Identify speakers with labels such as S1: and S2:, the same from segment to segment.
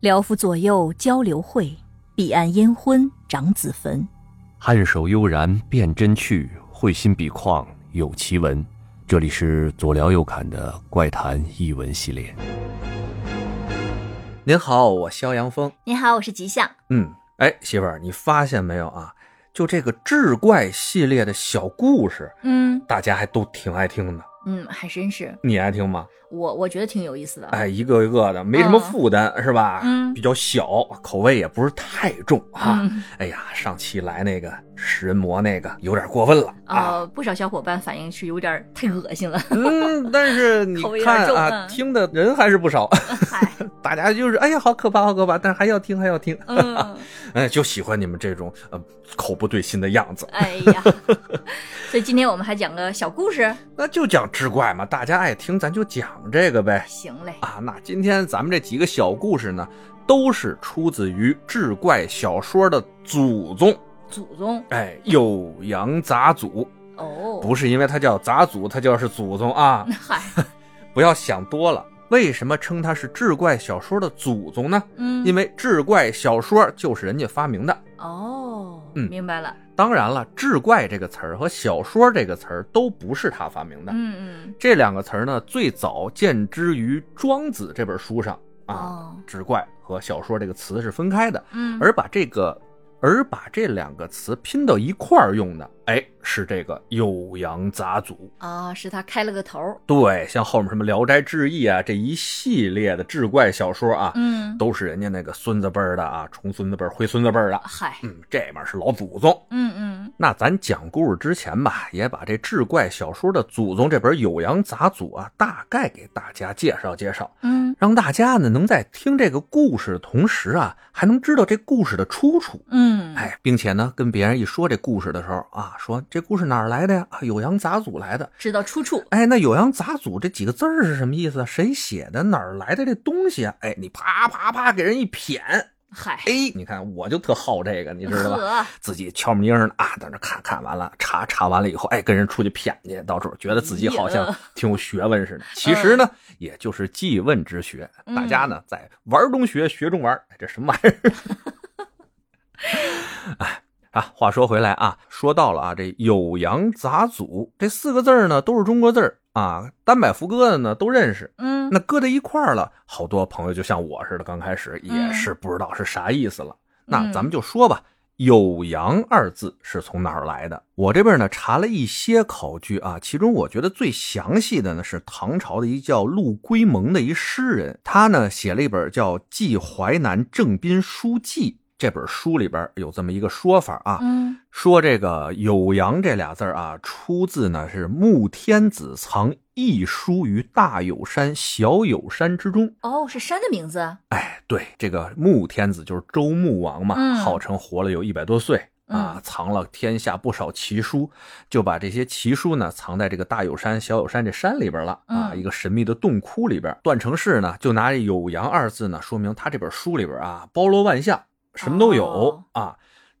S1: 辽府左右交流会，彼岸烟婚长子坟。
S2: 颔首悠然辨真趣，会心笔况有奇文。这里是左聊右侃的怪谈译文系列。
S3: 您好，我肖阳峰。
S1: 你好，我是吉祥。
S3: 嗯，哎，媳妇儿，你发现没有啊？就这个志怪系列的小故事，
S1: 嗯
S3: 大家还都挺爱听的。
S1: 嗯，还真是，
S3: 你爱听吗？
S1: 我我觉得挺有意思的。
S3: 哎，一个一个的，没什么负担，是吧？
S1: 嗯
S3: 比较小，口味也不是太重啊。
S1: 嗯
S3: 哎呀，上期来那个食人魔那个有点过分了啊。
S1: 呃，不少小伙伴反应是有点儿太恶心了。
S3: 嗯，但 是你
S1: 口味有点
S3: 看
S1: 重
S3: 啊，
S1: 嗯
S3: 听的人还是不少，
S1: 嗨，
S3: 大家就是哎呀，好可怕，好可怕，但是还要听，还要听，
S1: 嗯，
S3: 哎，就喜欢你们这种呃口不对心的样子。
S1: 哎呀，所以今天我们还讲个小故事。
S3: 那就讲志怪嘛，大家爱听，咱就讲这个呗。
S1: 行嘞，
S3: 啊，那今天咱们这几个小故事呢，都是出自于志怪小说的祖宗，
S1: 祖宗
S3: 哎，酉阳杂祖，
S1: 哦，
S3: 不是因为它叫杂祖，它就是祖 宗啊，
S1: 嗨，
S3: 不要想多了。为什么称它是志怪小说的祖宗呢？
S1: 嗯，
S3: 因为志怪小说就是人家发明的。
S1: 哦，
S3: 嗯
S1: 明白了，
S3: 当然了，志怪这个词儿和小说这个词儿都不是他发明的。
S1: 嗯
S3: 这两个词儿呢，最早见之于《庄子》这本书上
S1: 嗯，
S3: 啊。
S1: 哦，
S3: 志怪和小说这个词是分开的，
S1: 嗯，
S3: 而把这个而把这两个词拼到一块儿用的，哎，是这个酉阳杂祖。
S1: 啊，是他开了个头儿，
S3: 对，像后面什么《聊斋志异》啊这一系列的志怪小说啊，
S1: 嗯，
S3: 都是人家那个孙子辈儿的啊，重孙子辈儿、回孙子辈儿的。
S1: 嗨，
S3: 嗯，这面是老祖宗。
S1: 嗯嗯，
S3: 那咱讲故事之前吧，也把这志怪小说的祖宗这本《酉阳杂祖》啊，大概给大家介绍介绍。
S1: 嗯
S3: 让大家呢能在听这个故事的同时啊，还能知道这故事的出处。
S1: 嗯，
S3: 哎，并且呢，跟别人一说这故事的时候啊，说这故事哪儿来的呀？啊，酉阳杂祖来的。
S1: 知道出处，
S3: 哎，那酉阳杂祖这几个字儿是什么意思啊？谁写的？哪儿来的这东西啊？哎，你啪啪啪给人一谝，
S1: 嗨，
S3: 哎，你看我就特好这个，你知道吧？
S1: 呵，
S3: 自己悄么蔫儿呢啊，在那看看完了，查查完了以后，哎，跟人出去谝去，到处觉得自己好 像
S1: 哎呀
S3: 挺有学问似的。其实呢，也就是记问之学，
S1: 嗯
S3: 大家呢在玩中学，学中玩，哎这什么玩意儿？ 哎啊，话说回来啊，说到了啊，这酉阳杂祖这四个字儿呢，都是中国字儿啊，单百福哥的呢都认识。
S1: 嗯，
S3: 那搁在一块儿了，好多朋友就像我似的，刚开始也
S1: 嗯
S3: 是不知道是啥意思了。
S1: 嗯
S3: 那咱们就说吧，“酉阳”二字是从哪儿来的？我这边呢查了一些考据啊，其中我觉得最详细的呢是唐朝的一叫陆龟蒙的一诗人，他呢写了一本叫《寄淮南郑宾书记》这本书里边有这么一个说法啊，
S1: 嗯
S3: 说这个“酉阳”这俩字儿啊，出自呢是穆天子藏异书于大有山、小有山之中。
S1: 哦，是山的名字，
S3: 哎，对，这个穆天子就是周穆王嘛，
S1: 嗯
S3: 号称活了有一百多岁啊
S1: 嗯，
S3: 藏了天下不少奇书，就把这些奇书呢藏在这个大有山、小有山这山里边了啊，
S1: 嗯
S3: 一个神秘的洞窟里边。段成式呢就拿“酉阳”二字呢，说明他这本书里边啊包罗万象，什么都有、
S1: 哦
S3: 啊。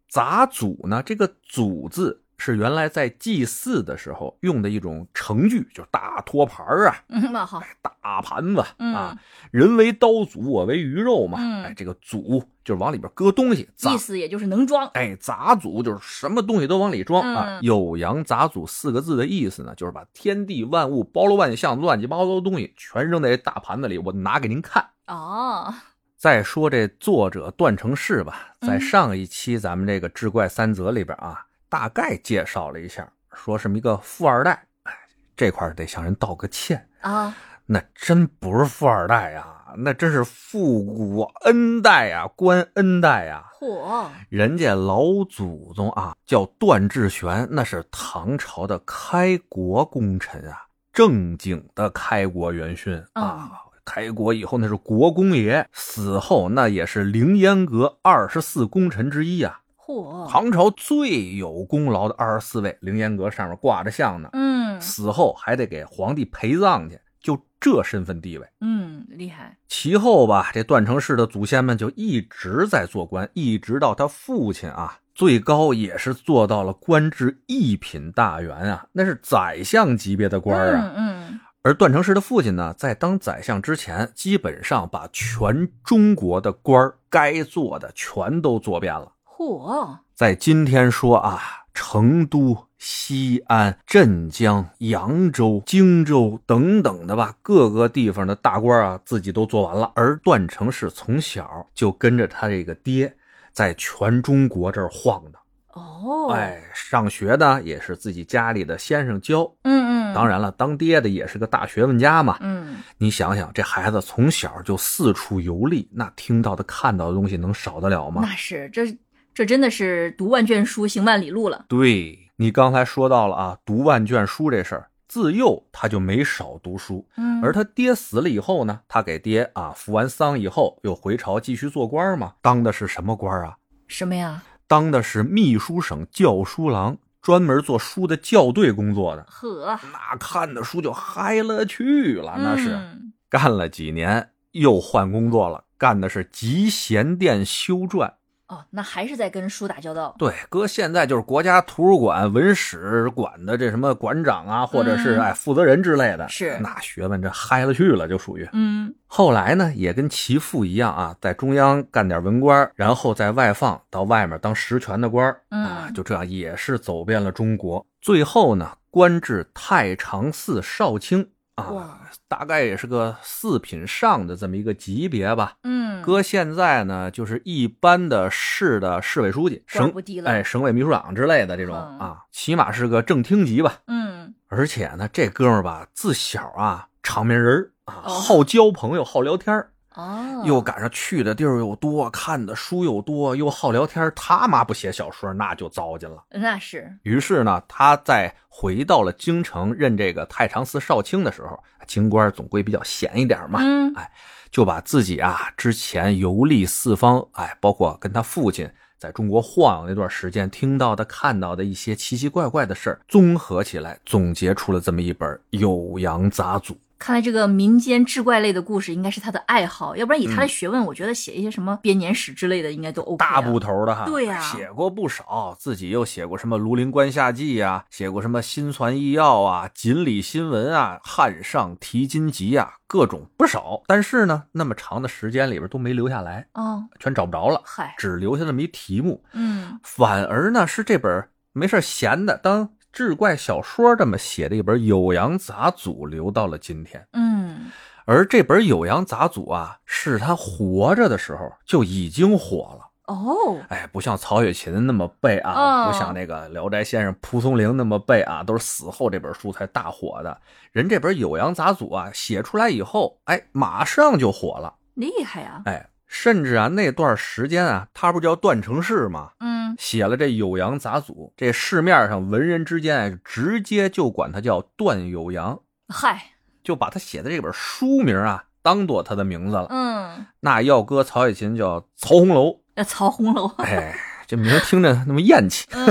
S3: 杂祖呢，这个“祖”字是原来在祭祀的时候用的一种程序，就是大托盘儿啊，
S1: 嗯，那好，
S3: 大盘子
S1: 嗯
S3: 啊，人为刀俎，我为鱼肉嘛。
S1: 嗯
S3: 哎，这个俎就是往里边搁东西，杂
S1: 意思也就是能装，
S3: 哎杂俎就是什么东西都往里装、啊
S1: 嗯。
S3: 酉阳杂俎四个字的意思呢，就是把天地万物、包罗万象、乱七八糟的东西全扔在这大盘子里，我拿给您看。
S1: 哦，
S3: 再说这作者段成式吧，
S1: 嗯
S3: 在上一期咱们这个《志怪三则》里边啊，大概介绍了一下，说什么一个富二代，哎，这块儿得向人道个歉。
S1: 啊，
S3: 那真不是富二代啊，那真是复古恩代啊，官恩代啊。
S1: 嚯，
S3: 人家老祖宗啊，叫段志玄，那是唐朝的开国功臣啊，正经的开国元勋啊。开国以后那是国公爷，死后那也是凌烟阁二十四功臣之一啊，
S1: 嚯，
S3: 唐朝最有功劳的二十四位，凌烟阁上面挂着像呢，
S1: 嗯
S3: 死后还得给皇帝陪葬去，就这身份地位。
S1: 嗯，厉害，
S3: 其后吧，这段成式的祖先们就一直在做官，一直到他父亲啊，最高也是做到了官至一品大员啊，那是宰相级别的官儿啊。
S1: 嗯嗯，
S3: 而段成式的父亲呢，在当宰相之前，基本上把全中国的官儿该做的全都做遍了。
S1: 嚯，
S3: 在今天说啊，成都、西安、镇江、扬州、荆州等等的吧，各个地方的大官啊，自己都做完了。而段成式从小就跟着他这个爹，在全中国这儿晃的。
S1: 哦，
S3: 哎，上学呢也是自己家里的先生教，
S1: 嗯嗯，
S3: 当，然了，当爹的也是个大学问家嘛。
S1: 嗯，
S3: 你想想，这孩子从小就四处游历，那听到的、看到的东西能少得了吗？
S1: 那是这这真的是读万卷书，行万里路了。
S3: 对你刚才说到了啊，读万卷书这事儿，自幼他就没少读书。
S1: 嗯，
S3: 而他爹死了以后呢，他给爹啊扶完丧以后，又回朝继续做官嘛，当的是什么官啊？
S1: 什么呀？
S3: 当的是秘书省校书郎，专门做书的校对工作的。
S1: 呵，
S3: 那看的书就嗨了去了，啊那是。
S1: 嗯
S3: 干了几年又换工作了，干的是集贤殿修撰。
S1: 哦，那还是在跟书打交道。
S3: 对，哥现在就是国家图书馆文史馆的这什么馆长啊，或者是
S1: 嗯
S3: 哎负责人之类的。
S1: 是
S3: 那学问这嗨了去了，就属于。
S1: 嗯，
S3: 后来呢，也跟其父一样啊，在中央干点文官，然后在外放到外面当实权的官儿
S1: 嗯
S3: 啊，就这样也是走遍了中国。最后呢，官至太常寺少卿啊，
S1: 哇，
S3: 大概也是个四品上的这么一个级别吧。
S1: 嗯，
S3: 哥现在呢，就是一般的市的市委书记、
S1: 官儿
S3: 省
S1: 不低了
S3: 哎省委秘书长之类的这种
S1: 嗯
S3: 啊，起码是个正厅级吧。
S1: 嗯，
S3: 而且呢，这哥们儿吧，自小啊场面人儿啊，
S1: 哦
S3: 好交朋友，好聊天儿，
S1: 哦，
S3: 又赶上去的地儿又多，看的书又多，又好聊天儿。他妈不写小说，那就糟践了。
S1: 嗯那是，
S3: 于是呢，他在回到了京城任这个太常寺少卿的时候，京官儿总归比较闲一点儿嘛，
S1: 嗯
S3: 哎就把自己啊之前游历四方，哎，包括跟他父亲在中国晃悠那段时间听到的、看到的一些奇奇怪怪的事儿，综合起来总结出了这么一本《酉阳杂俎》。
S1: 看来这个民间志怪类的故事应该是他的爱好，要不然以他的学问，我觉得写一些什么编年史之类的应该都 OK 啊、
S3: 嗯大部头的哈，
S1: 对呀
S3: 写过不少，自己又写过什么《庐陵观下记》啊，写过什么《新传异要》啊，《锦鲤新闻》啊，《汉上题金集》啊，各种不少。但是呢，那么长的时间里边都没留下来，
S1: 哦，
S3: 全找不着了，
S1: 嗨，
S3: 只留下那么一题目。
S1: 嗯
S3: 反而呢，是这本没事闲的当志怪小说这么写的一本《酉阳杂俎》留到了今天。
S1: 嗯，
S3: 而这本《酉阳杂俎》啊，是他活着的时候就已经火了。
S1: 哦，
S3: 哎，不像曹雪芹那么背啊，
S1: 哦
S3: 不像那个《聊斋先生》蒲松龄那么背啊，都是死后这本书才大火的。人这本《酉阳杂俎》啊，写出来以后，哎，马上就火了。
S1: 厉害呀、
S3: 哎，甚至啊，那段时间啊，他不叫段成式吗？
S1: 嗯，
S3: 写了这《酉阳杂俎》，这市面上文人之间啊直接就管他叫段酉阳，
S1: 嗨，
S3: 就把他写的这本书名啊当做他的名字了。
S1: 嗯，
S3: 那要搁曹雪芹叫曹红楼，
S1: 那曹红楼，
S3: 哎，这名儿听着那么厌气。
S1: 嗯，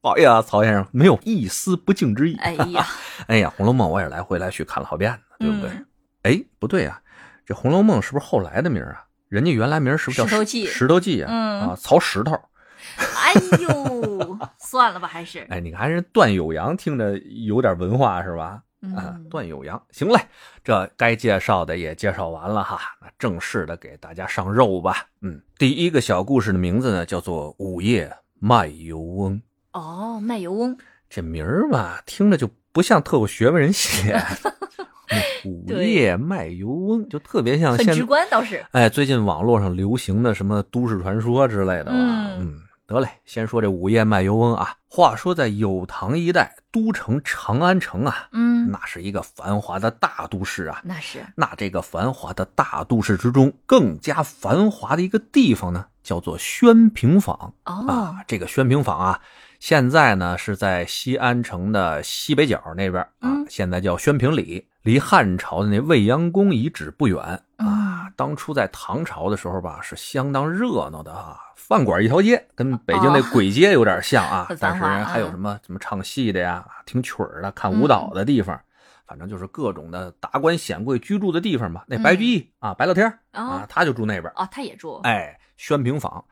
S3: 不好意思啊，曹先生，没有一丝不敬之意。
S1: 哎呀，
S3: 哎呀，《红楼梦》我也来回来去看了好遍呢， 对不对
S1: 嗯？
S3: 哎、不对啊，这《红楼梦》是不是后来的名儿啊？人家原来名儿是不是叫
S1: 石头记
S3: 石头记啊，
S1: 嗯
S3: 啊，曹石头。
S1: 哎呦，算了吧，还 是，
S3: 哎，你看人段友阳听着有点文化是吧？啊
S1: 嗯，，
S3: 段友阳，行嘞，这该介绍的也介绍完了哈，那正式的给大家上肉吧。嗯，第一个小故事的名字呢叫做《午夜卖油翁》，
S1: 哦，卖油翁，
S3: 这名儿吧，听着就不像特有学问人写。 那午
S1: 对
S3: 夜卖油翁就特别像
S1: 很
S3: 现
S1: 直观倒是，
S3: 哎，最近网络上流行的什么都市传说之类的吧。
S1: 嗯
S3: 得嘞，先说这午夜卖油翁啊。话说在有唐一带，都城长安城啊，
S1: 嗯，
S3: 那是一个繁华的大都市啊。
S1: 那是，
S3: 那这个繁华的大都市之中，更加繁华的一个地方呢，叫做宣平坊。
S1: 哦
S3: 啊，，这个宣平坊啊，现在呢是在西安城的西北角那边啊，
S1: 嗯
S3: 现在叫宣平里，离汉朝的那未央宫遗址不远啊。
S1: 啊，
S3: 当初在唐朝的时候吧，是相当热闹的啊，饭馆一条街，跟北京那
S1: 哦
S3: 簋街有点像啊，
S1: 很繁
S3: 但是
S1: 华啊
S3: 还有什么什么唱戏的呀、听曲儿的、
S1: 嗯
S3: 看舞蹈的地方。反正就是各种的达官显贵居住的地方吧。那白居易、啊，白乐天儿、
S1: 嗯哦
S3: 啊，他就住那边。
S1: 哦，他也住，
S3: 哎，宣平坊。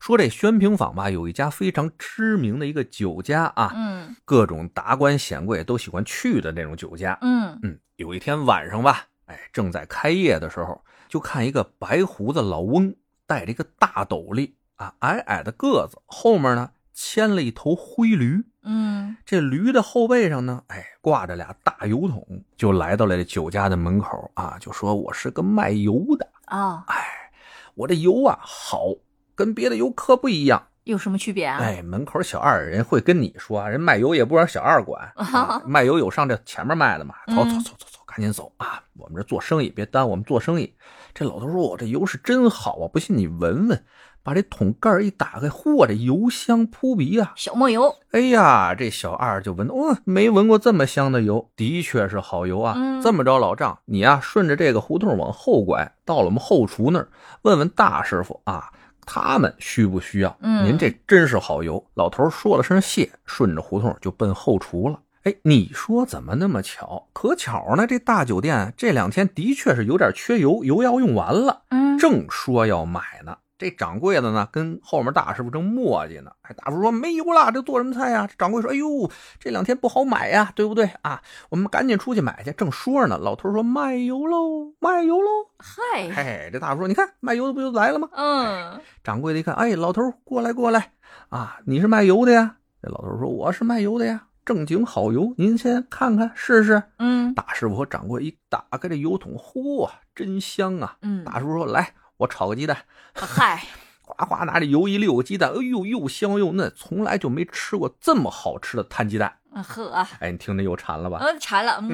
S3: 说这宣平坊吧，有一家非常知名的一个酒家啊，
S1: 嗯
S3: 各种达官显贵都喜欢去的那种酒家。
S1: 嗯
S3: 嗯，有一天晚上吧，哎，正在开业的时候，就看一个白胡子老翁戴着一个大斗笠啊，矮矮的个子，后面呢牵了一头灰驴。
S1: 嗯
S3: 这驴的后背上呢，哎，挂着俩大油桶，就来到了这酒家的门口啊，就说我是个卖油的，
S1: 哦，
S3: 我这油啊好，跟别的油可不一样。
S1: 有什么区别啊？
S3: 哎，门口小二人会跟你说啊，人卖油也不让小二管，啊卖油有上这前面卖的嘛，走走
S1: 嗯
S3: 走走走，赶紧走啊！我们这做生意别耽误我们做生意。这老头说：“哦我这油是真好啊，不信你闻闻。”把这桶盖一打开，嚯，这油香扑鼻啊！
S1: 小磨油，
S3: 哎呀，这小二就闻，哦，没闻过这么香的油，的确是好油啊！
S1: 嗯
S3: 这么着，老丈，你呀、顺着这个胡同往后拐，到了我们后厨那儿，问问大师傅啊，他们需不需要？
S1: 嗯
S3: 您这真是好油。老头说了声谢，顺着胡同就奔后厨了。哎，你说怎么那么巧？可巧呢，这大酒店这两天的确是有点缺油，油要用完了。
S1: 嗯，
S3: 正说要买呢，这掌柜的呢跟后面大师傅正磨叽呢。哎，大师傅说没油了，这做什么菜呀？这掌柜说：“哎呦，这两天不好买呀，对不对啊？我们赶紧出去买去。”正说着呢，老头说：“卖油喽，卖油喽
S1: 嗨，！”
S3: 哎，这大师傅说：“你看卖油的不就来了吗
S1: 嗯？”
S3: 掌柜的一看，哎，老头过来过来啊，你是卖油的呀？这老头说：“我是卖油的呀，正经好油，您先看看试试。”
S1: 嗯
S3: 大师傅和掌柜一打开这油桶，嚯，真香啊！
S1: 嗯，
S3: 大师傅说：“来，我炒个鸡蛋。”
S1: 嗨，
S3: 哗哗拿着油一溜鸡蛋，哎呦，又香又嫩，从来就没吃过这么好吃的摊鸡蛋。
S1: 嗯呵，
S3: 哎，你听着又馋了吧？
S1: 呃，馋了，嗯，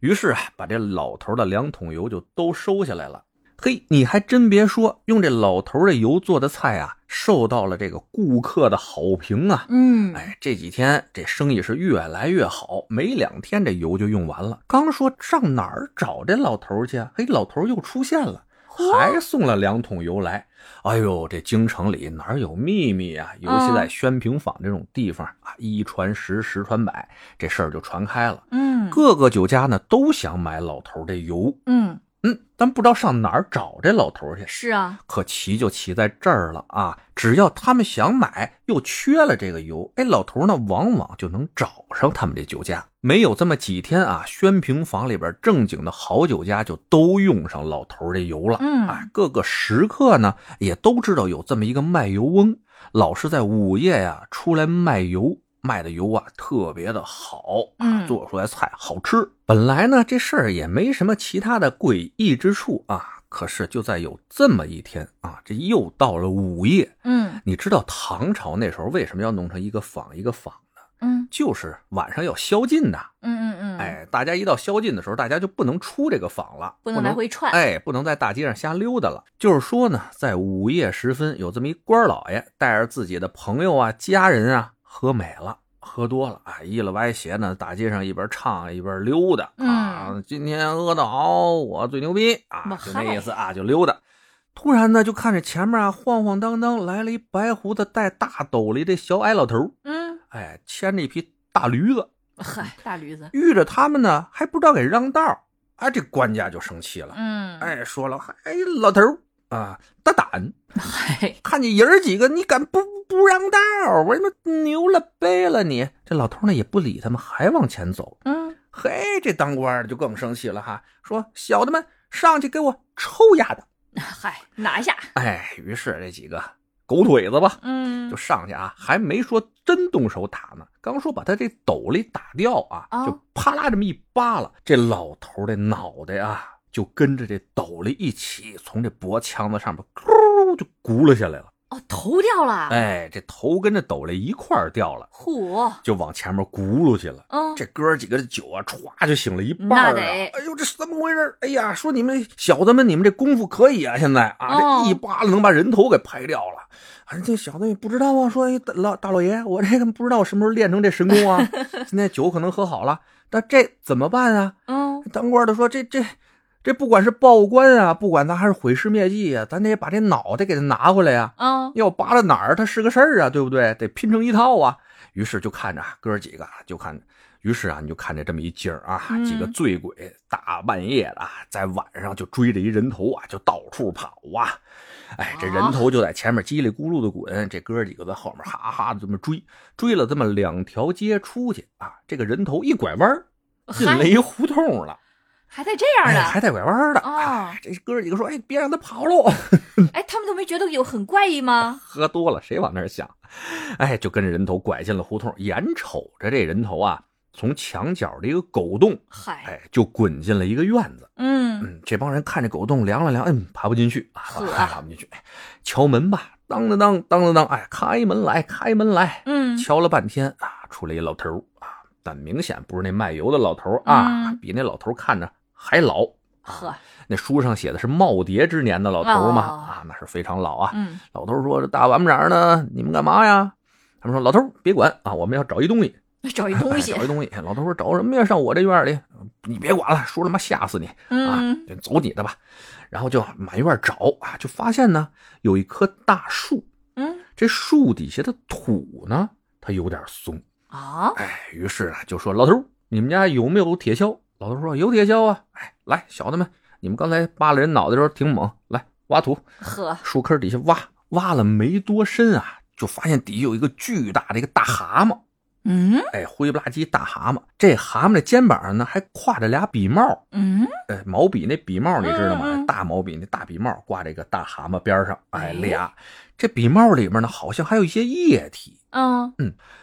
S3: 于是啊，把这老头的两桶油就都收下来了。嘿，你还真别说，用这老头的油做的菜啊，受到了这个顾客的好评啊。
S1: 嗯，
S3: 哎，这几天这生意是越来越好，没两天这油就用完了。刚说上哪儿找这老头去啊？嘿，老头又出现了，还送了两桶油来。哎呦，这京城里哪儿有秘密啊？尤其在宣平坊这种地方啊，一传十，十传百，这事儿就传开了。
S1: 嗯
S3: 各个酒家呢都想买老头这油，
S1: 嗯，
S3: 嗯，但不知道上哪儿找这老头去。
S1: 是啊，
S3: 可奇就奇在这儿了啊！只要他们想买，又缺了这个油，哎，老头呢，往往就能找上他们这酒家。没有这么几天啊，宣平坊里边正经的好酒家就都用上老头这油了。
S1: 嗯
S3: 哎，各个食客呢也都知道有这么一个卖油翁，老是在午夜呀、出来卖油。卖的油啊，特别的好啊，
S1: 嗯
S3: 做出来菜好吃。本来呢，这事儿也没什么其他的诡异之处啊，可是就在有这么一天啊，这又到了午夜。
S1: 嗯
S3: 你知道唐朝那时候为什么要弄成一个坊一个坊呢？
S1: 嗯
S3: 就是晚上要宵禁呐。
S1: 嗯嗯嗯，，
S3: 哎，大家一到宵禁的时候，大家就不能出这个坊了，
S1: 不能来回串，
S3: 哎，不能在大街上瞎溜达了。就是说呢，在午夜时分，有这么一官老爷带着自己的朋友啊、家人啊，喝美了。喝多了啊，一了歪斜呢，大街上一边唱一边溜达、啊
S1: 嗯。
S3: 今天饿得好，我最牛逼啊
S1: 哇，
S3: 就那
S1: 嗨
S3: 意思啊，就溜达。突然呢，就看着前面啊晃晃荡荡来了一白胡子戴大斗笠的小矮老头儿，
S1: 嗯，
S3: 哎，牵着一匹大驴子，嗯
S1: 嗨，大驴子，
S3: 遇着他们呢还不知道给让道儿，哎，这官家就生气了，
S1: 嗯，
S3: 哎，说了，哎，老头儿啊，大胆，
S1: 嗨，
S3: 看见爷儿几个，你敢不不让道儿？我他妈牛了掰了你！这老头儿呢也不理他们，还往前走。
S1: 嗯，
S3: 嘿，这当官的就更生气了哈，说小的们上去给我抽丫的！
S1: 嗨，拿下，
S3: 哎，于是这几个狗腿子吧，
S1: 嗯，
S3: 就上去啊，还没说真动手打呢，刚说把他这斗笠打掉啊，
S1: 哦
S3: 就啪啦这么一扒拉，这老头儿的脑袋啊，就跟着这斗笠一起从这脖腔子上面咕就轱辘下来了，
S1: 哦，头掉了，
S3: 哎，这头跟着斗笠一块儿掉了，
S1: 嚯，
S3: 就往前面轱辘去了。
S1: 嗯，
S3: 这哥儿几个的酒啊，歘就醒了一半儿
S1: 那
S3: 啊！
S1: 得
S3: 哎呦，这是怎么回事儿？哎呀，说你们小子们，你们这功夫可以啊！现在啊，
S1: 哦
S3: 这一扒拉能把人头给拍掉了。哎，这小子也不知道啊，说哎大老大老爷，我这个不知道我什么时候练成这神功 啊。今天酒可能喝好了，但这怎么办啊？
S1: 嗯，
S3: 当官的说这这这不管是报官啊，不管他还是毁尸灭迹啊，咱得把这脑袋给他拿回来啊呀、
S1: 嗯，
S3: 要扒拉哪儿它是个事儿啊，对不对？得拼成一套啊。于是就看着啊哥儿几个啊就看着于是啊，你就看见这么一景儿啊，
S1: 嗯
S3: 几个醉鬼大半夜的啊，在晚上就追着一人头啊，就到处跑啊。哎，这
S1: 啊
S3: 人头就在前面叽里咕噜的滚，这哥几个在后面哈哈的这么追，追了这么两条街出去啊，这个人头一拐弯儿进了一胡同了，
S1: 还带这样
S3: 哎
S1: 的，
S3: 还带拐弯儿的。
S1: 哦
S3: 哎，这哥几个说：“哎，别让他跑喽！”嗯
S1: 哎，他们都没觉得有很怪异吗？
S3: 喝多了，谁往那儿想？哎，就跟着人头拐进了胡同，眼瞅着这人头啊，从墙角的一个狗洞，
S1: 嗨，
S3: 哎，就滚进了一个院子。
S1: 嗯，
S3: 嗯，这帮人看着狗洞量了量，嗯，爬不进去啊，
S1: 是啊
S3: 哎爬不进去，哎敲门吧，当当当当当当，哎，开门来，开门来，
S1: 嗯
S3: 敲了半天啊，出来一老头儿啊，但明显不是那卖油的老头儿啊，
S1: 嗯
S3: 比那老头儿看着还老。
S1: 呵，
S3: 那书上写的是耄耋之年的老头儿嘛，
S1: 哦
S3: 啊，那是非常老啊。
S1: 嗯，
S3: 老头说：“这大晚上呢，你们干嘛呀？”他们说：“老头别管啊，我们要找一东西，
S1: 找一东西
S3: 哎，找一东西。”老头说：“找什么呀？上我这院里，你别管了，说他妈吓死你啊
S1: 嗯，！
S3: 就走你的吧。”然后就满院找啊，就发现呢有一棵大树，
S1: 嗯
S3: 这树底下的土呢它有点松，
S1: 啊，
S3: 哎，于是啊就说：“老头，你们家有没有铁锹？”老头说：“有铁锹啊。”哎，来，小的们，你们刚才扒拉人脑袋的时候挺猛，来挖土。
S1: 呵，
S3: 树坑底下挖，挖了没多深啊，就发现底下有一个巨大的一个大蛤蟆，
S1: 嗯
S3: 哎，灰不拉几大蛤蟆。这蛤蟆的肩膀上呢还挎着俩笔帽，
S1: 嗯，
S3: 哎，毛笔那笔帽你知道吗？
S1: 嗯嗯
S3: 大毛笔那大笔帽挂这个大蛤蟆边上，
S1: 哎
S3: 哎，俩。这笔帽里边呢好像还有一些液体，
S1: 嗯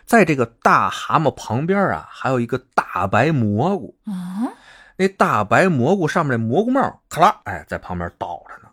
S3: 在这个大蛤蟆旁边啊还有一个大白蘑菇，
S1: 啊
S3: 那大白蘑菇上面那蘑菇帽，咔啦，哎，在旁边倒着呢。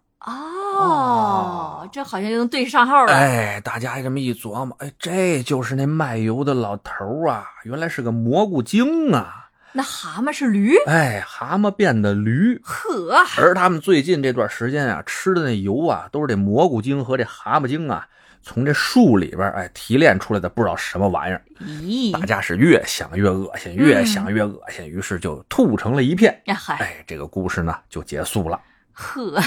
S1: 哦，这好像就能对上号了。
S3: 哎，大家这么一琢磨，哎，这就是那卖油的老头儿啊，原来是个蘑菇精啊！
S1: 那蛤蟆是驴，
S3: 哎，蛤蟆变的驴。
S1: 呵，
S3: 而他们最近这段时间啊，吃的那油啊，都是这蘑菇精和这蛤蟆精啊，从这树里边儿哎提炼出来的，不知道什么玩意儿。
S1: 咦，
S3: 大家是越想越恶心，越想越恶心，于是就吐成了一片。
S1: 呀嗨，
S3: 哎，这个故事呢就结束了。
S1: 呵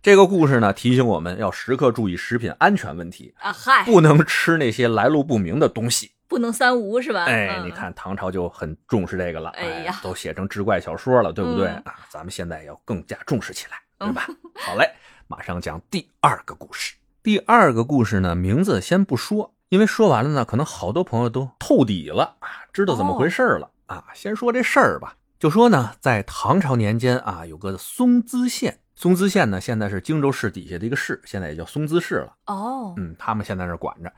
S3: 这个故事呢提醒我们要时刻注意食品安全问题，
S1: 啊嗨，
S3: 不能吃那些来路不明的东西。
S1: 不能三无是吧？
S3: 哎，
S1: 嗯
S3: 你，看唐朝就很重视这个了，
S1: 哎呀
S3: 都写成志怪小说了，对不对、
S1: 嗯
S3: 啊？咱们现在要更加重视起来，对 吧？好嘞，马上讲第二个故事。第二个故事呢，名字先不说，因为说完了呢，可能好多朋友都透底了啊，知道怎
S1: 哦
S3: 么回事了、啊。先说这事儿吧，就说呢，在唐朝年间啊，有个松滋县，松滋县呢现在是荆州市底下的一个市，现在也叫松滋市了。
S1: 哦，
S3: 嗯，他们现在那儿管着。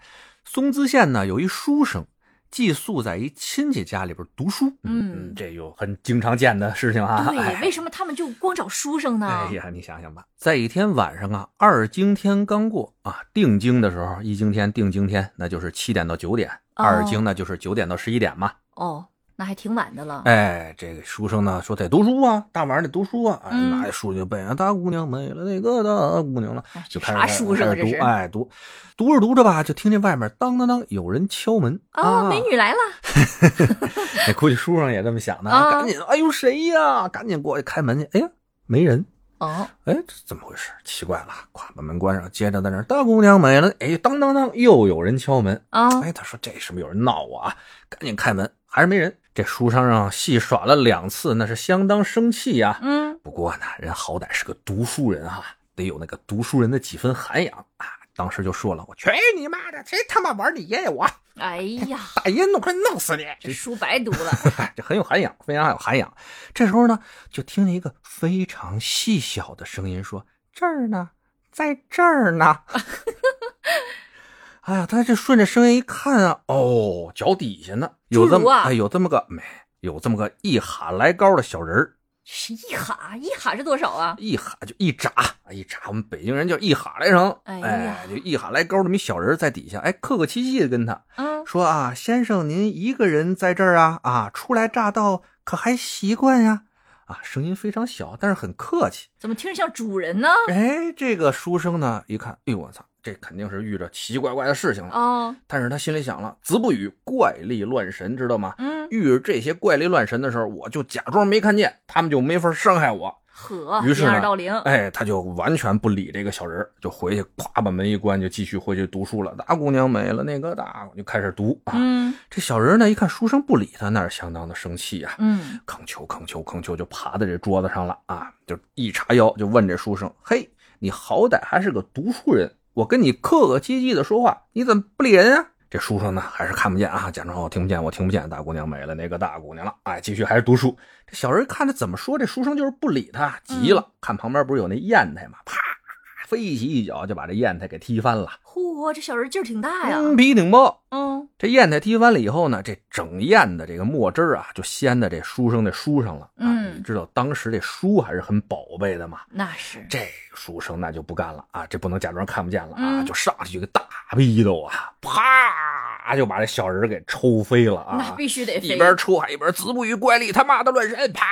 S3: 松滋县呢，有一书生寄宿在一亲戚家里边读书。
S1: 嗯
S3: 这有很经常见的事情啊。
S1: 对，
S3: 哎
S1: 为什么他们就光找书生呢
S3: 哎？呀，你想想吧，在一天晚上啊，二更天刚过啊，定经的时候，一经天定经天，那就是七点到九点，二
S1: 哦
S3: 更那就是九点到十一点嘛。
S1: 哦，那还挺晚的了。
S3: 哎，这个书生呢说得读书啊，大晚上得读书啊，哎
S1: 嗯
S3: 拿着书就背啊，大姑娘没了那个大姑娘了。
S1: 哎
S3: 就
S1: 这
S3: 开始
S1: 啥书生啊
S3: 开
S1: 这
S3: 始读，
S1: 是？
S3: 哎，读，读着读着吧，就听见外面当当当有人敲门
S1: 哦，美，女来了，
S3: 哎估计书上也这么想的，
S1: 啊
S3: 赶紧，哎呦谁呀？赶紧过去开门去，哎呀，没人，
S1: 哦，
S3: 哎，这怎么回事？奇怪了，咵把门关上，接着在那儿大姑娘没了，哎，当当当又有人敲门，
S1: 啊，
S3: 哎，他说这是不是有人闹我啊？赶紧开门，还是没人。这书生啊，戏耍了两次，那是相当生气呀、
S1: 嗯，
S3: 不过呢，人好歹是个读书人哈、得有那个读书人的几分涵养啊。当时就说了，我去哎你妈的，谁他妈玩你爷爷我
S1: 哎呀，
S3: 大爷弄快弄死你！
S1: 这书白读了，
S3: 哎这很有涵养，非常有涵养。这时候呢，就听见一个非常细小的声音说：“这儿呢，在这儿 呢。”哎呀，他这顺着声音一看啊，哦，脚底下呢有这
S1: 侏儒
S3: 么、
S1: 啊
S3: 哎有这么个没有这么个一喊来高的小人儿，
S1: 是一哈一哈是多少啊？
S3: 一喊就一眨，哎一眨，我们北京人叫一喊来成，
S1: 哎
S3: 哎
S1: 呀
S3: 就一喊来高，那么一小人在底下，哎，客客气气的跟他
S1: 嗯，
S3: 说啊，先生您一个人在这儿啊啊，初来乍到，可还习惯呀？啊，声音非常小，但是很客气。
S1: 怎么听着像主人呢？
S3: 哎，这个书生呢，一看，哎呦我操，这肯定是遇着奇奇怪怪的事情了。
S1: 哦，
S3: 但是他心里想了，子不语怪力乱神，知道吗？
S1: 嗯，
S3: 遇着这些怪力乱神的时候，我就假装没看见，他们就没法伤害我。
S1: 呵，
S3: 于是
S1: 掩
S3: 呢
S1: 耳盗铃，
S3: 哎，他就完全不理这个小人儿，就回去，咵把门一关，就继续回去读书了。大姑娘没了，那个大就开始读啊。
S1: 嗯
S3: 这小人儿呢，一看书生不理他，那是相当的生气呀、
S1: 嗯，
S3: 吭哧吭哧吭哧就爬到这桌子上了啊，就一叉腰就问这书生：“嘿，你好歹还是个读书人，我跟你客客气气的说话，你怎么不理人啊？”这书生呢还是看不见啊，假装我听不见，我听不见，大姑娘没了，那个大姑娘了，哎，继续还是读书。这小人看他怎么说，这书生就是不理他，急了，看旁边不是有那砚台吗？啪，飞起一脚就把这砚台给踢翻了，
S1: 嚯，这小人劲儿挺大哎呀，
S3: 嗯，皮顶包。
S1: 嗯
S3: 这砚台踢翻了以后呢，这整砚的这个墨汁儿啊，就掀在这书生的书上了。啊，
S1: 嗯
S3: 你知道当时这书还是很宝贝的嘛。
S1: 那是，
S3: 这书生那就不干了啊，这不能假装看不见了啊，
S1: 嗯
S3: 就上去就给大逼斗啊，啪就把这小人儿给抽飞了
S1: 那
S3: 啊，
S1: 必须得飞，
S3: 一边抽还一边子不语怪力，他妈的乱神，啪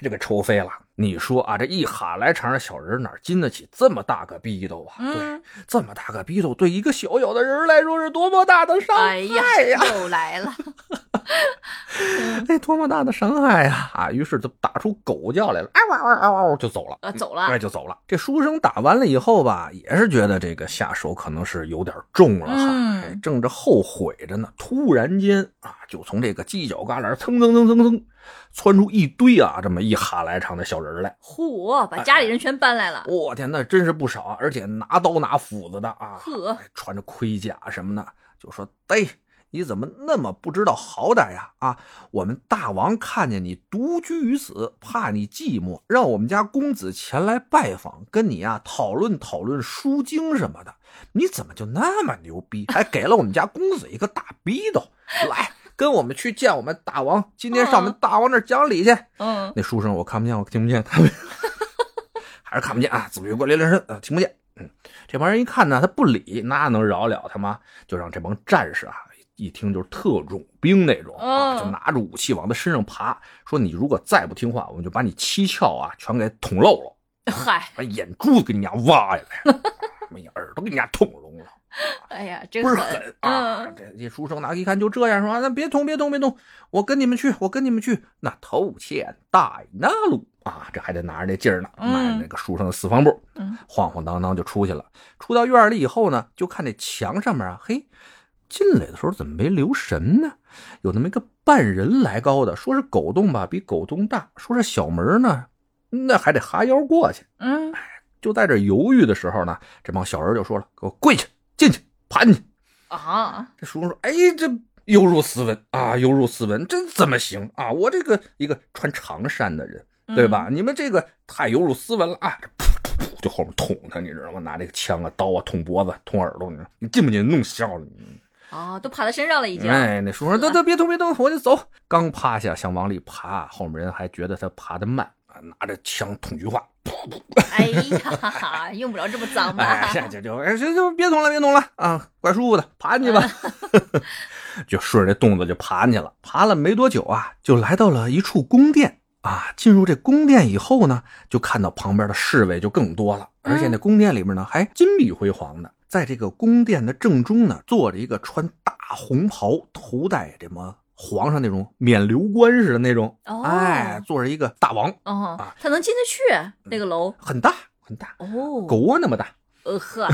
S3: 就给抽飞了。你说啊，这一喊来长，这小人儿哪儿经得起这么大个逼斗啊？对，
S1: 嗯，
S3: 这么大个逼斗，对一个小小的人儿来说是多么大的伤害
S1: 哎呀，又来了，
S3: 那哎多么大的伤害呀、啊！于是就打出狗叫来了，哎嗷嗷嗷嗷嗷就走了，
S1: 呃，走
S3: 哎，
S1: 了，
S3: 就走了。这书生打完了以后吧，也是觉得这个下手可能是有点重了哈，
S1: 嗯
S3: 哎正着后悔着呢，突然间啊，就从这个犄角旮旯蹭蹭蹭蹭蹭窜出一堆啊，这么一哈来长的小人儿来，
S1: 嚯，把家里人全搬来了，
S3: 哎我、天，那真是不少啊，而且拿刀拿斧子的啊，
S1: 呵
S3: 哎穿着盔甲什么的，就说：“哎，你怎么那么不知道好歹呀、啊？我们大王看见你独居于此，怕你寂寞，让我们家公子前来拜访，跟你啊讨论讨论书经什么的。你怎么就那么牛逼，还给了我们家公子一个大逼斗？来，跟我们去见我们大王，今天上我们大王那儿讲理去。
S1: 嗯，
S3: 那书生我看不见，我听不见，他们还是看不见啊，子曰过连连声，呃，听不见。嗯，这帮人一看呢，他不理，那能饶了他吗？就让这帮战士啊，一听就是特种兵那种啊，
S1: 哦
S3: 就拿着武器往他身上爬，说你如果再不听话，我们就把你七窍啊全给捅漏了，
S1: 嗨，
S3: 把眼珠子给你家挖下来，把你耳朵给你家捅聋了。
S1: 哎呀，真
S3: 倍儿狠啊！
S1: 嗯，
S3: 这这书生拿一看就这样说，啊那别动别动别动，我跟你们去，我跟你们去。那头前带那路啊，这还得拿着那劲儿呢，
S1: 嗯
S3: 迈着那个书生的四方步
S1: 嗯，
S3: 晃晃荡荡就出去了。出到院里以后呢，就看这墙上面啊，嘿，进来的时候怎么没留神呢？有那么一个半人来高的，说是狗洞吧，比狗洞大；说是小门呢，那还得哈腰过去。
S1: 嗯，
S3: 就在这犹豫的时候呢，这帮小人就说了：“给我跪下，进去，盘进去。”
S1: 啊，
S3: 这书生说：“哎，这犹如斯文啊，犹如斯文，这怎么行啊？我这个一个穿长衫的人，
S1: 嗯
S3: 对吧？？你们这个太犹如斯文了啊！”这噗噗噗就后面捅他，你知道吗？拿这个枪啊、刀啊捅脖子、捅耳朵，你知道你进不进？弄笑了你。
S1: 啊，都爬到身上了已经，
S3: 哎，那书生说得得，别动，别动，我就走。刚趴下想往里爬，后面人还觉得他爬得慢啊，拿着枪捅菊花，
S1: 哎呀，用不着这么脏
S3: 哎
S1: 吧，？
S3: 这这就哎，这就别捅了，别捅了啊，怪舒服的，爬进去吧。就顺着这动作就爬进去了。爬了没多久啊，就来到了一处宫殿啊。进入这宫殿以后呢，就看到旁边的侍卫就更多了，而且那宫殿里面呢还金碧辉煌的。在这个宫殿的正中呢，坐着一个穿大红袍、头戴这么皇上那种冕旒冠似的那种，
S1: 哦
S3: 哎，坐着一个大王，
S1: 哦
S3: 啊，
S1: 他能进得去那个楼？
S3: 很大很大，
S1: 哦，
S3: 狗啊窝那么大。
S1: 呃 呵，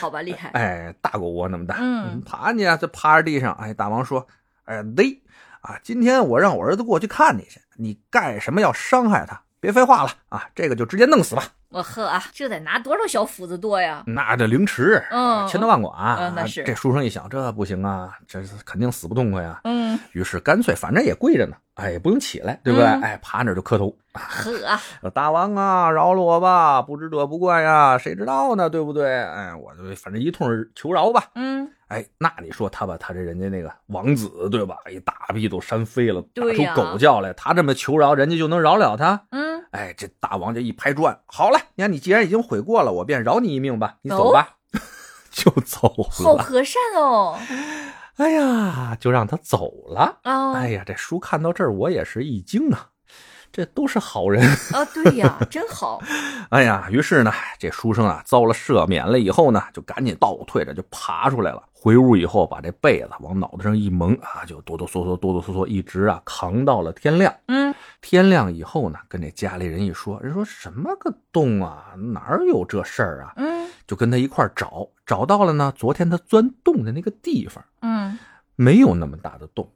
S1: 好吧，厉害，
S3: 哎，大狗窝那么大，
S1: 嗯
S3: 爬你啊，就趴着地上。哎，大王说，哎得啊，今天我让我儿子过去看你去，你干什么要伤害他？别废话了啊，这个就直接弄死吧。
S1: 我呵啊，这得拿多少小斧子剁呀？
S3: 那这凌迟，啊
S1: 嗯
S3: 千刀万剐、
S1: 嗯那是
S3: 这书生一想，这不行啊，这是肯定死不痛快啊。
S1: 嗯，
S3: 于是干脆，反正也跪着呢，哎，也不用起来，对不对？
S1: 嗯
S3: 哎，趴那儿就磕头。
S1: 呵啊，
S3: 大王啊，饶了我吧，不知者不怪呀、谁知道呢，对不对？哎，我就反正一通求饶吧。
S1: 嗯，
S3: 哎，那你说他把他这人家那个王子对吧？一大逼都扇飞了，打
S1: 对
S3: 出
S1: 呀
S3: 狗叫来，他这么求饶，人家就能饶了他？
S1: 嗯，
S3: 哎，这大王就一拍砖，好了，你看你既然已经悔过了，我便饶你一命吧，你走吧， 就走
S1: 好
S3: 了。
S1: 和善哦，
S3: 哎呀，就让他走了。
S1: 啊，
S3: 哎呀，这书看到这儿，我也是一惊啊，这都是好人。
S1: 啊，对 呀，真好，
S3: 哎呀，于是呢，这书生啊遭了赦免了以后呢，就赶紧倒退着就爬出来了，回屋以后，把这被子往脑袋上一蒙啊，就哆哆嗦嗦、哆哆嗦嗦，一直啊扛到了天亮。
S1: 嗯，
S3: 天亮以后呢，跟这家里人一说，人说什么个洞啊，哪儿有这事儿啊？
S1: 嗯
S3: 就跟他一块儿找，找到了呢。昨天他钻洞的那个地方
S1: 嗯
S3: 没有那么大的洞，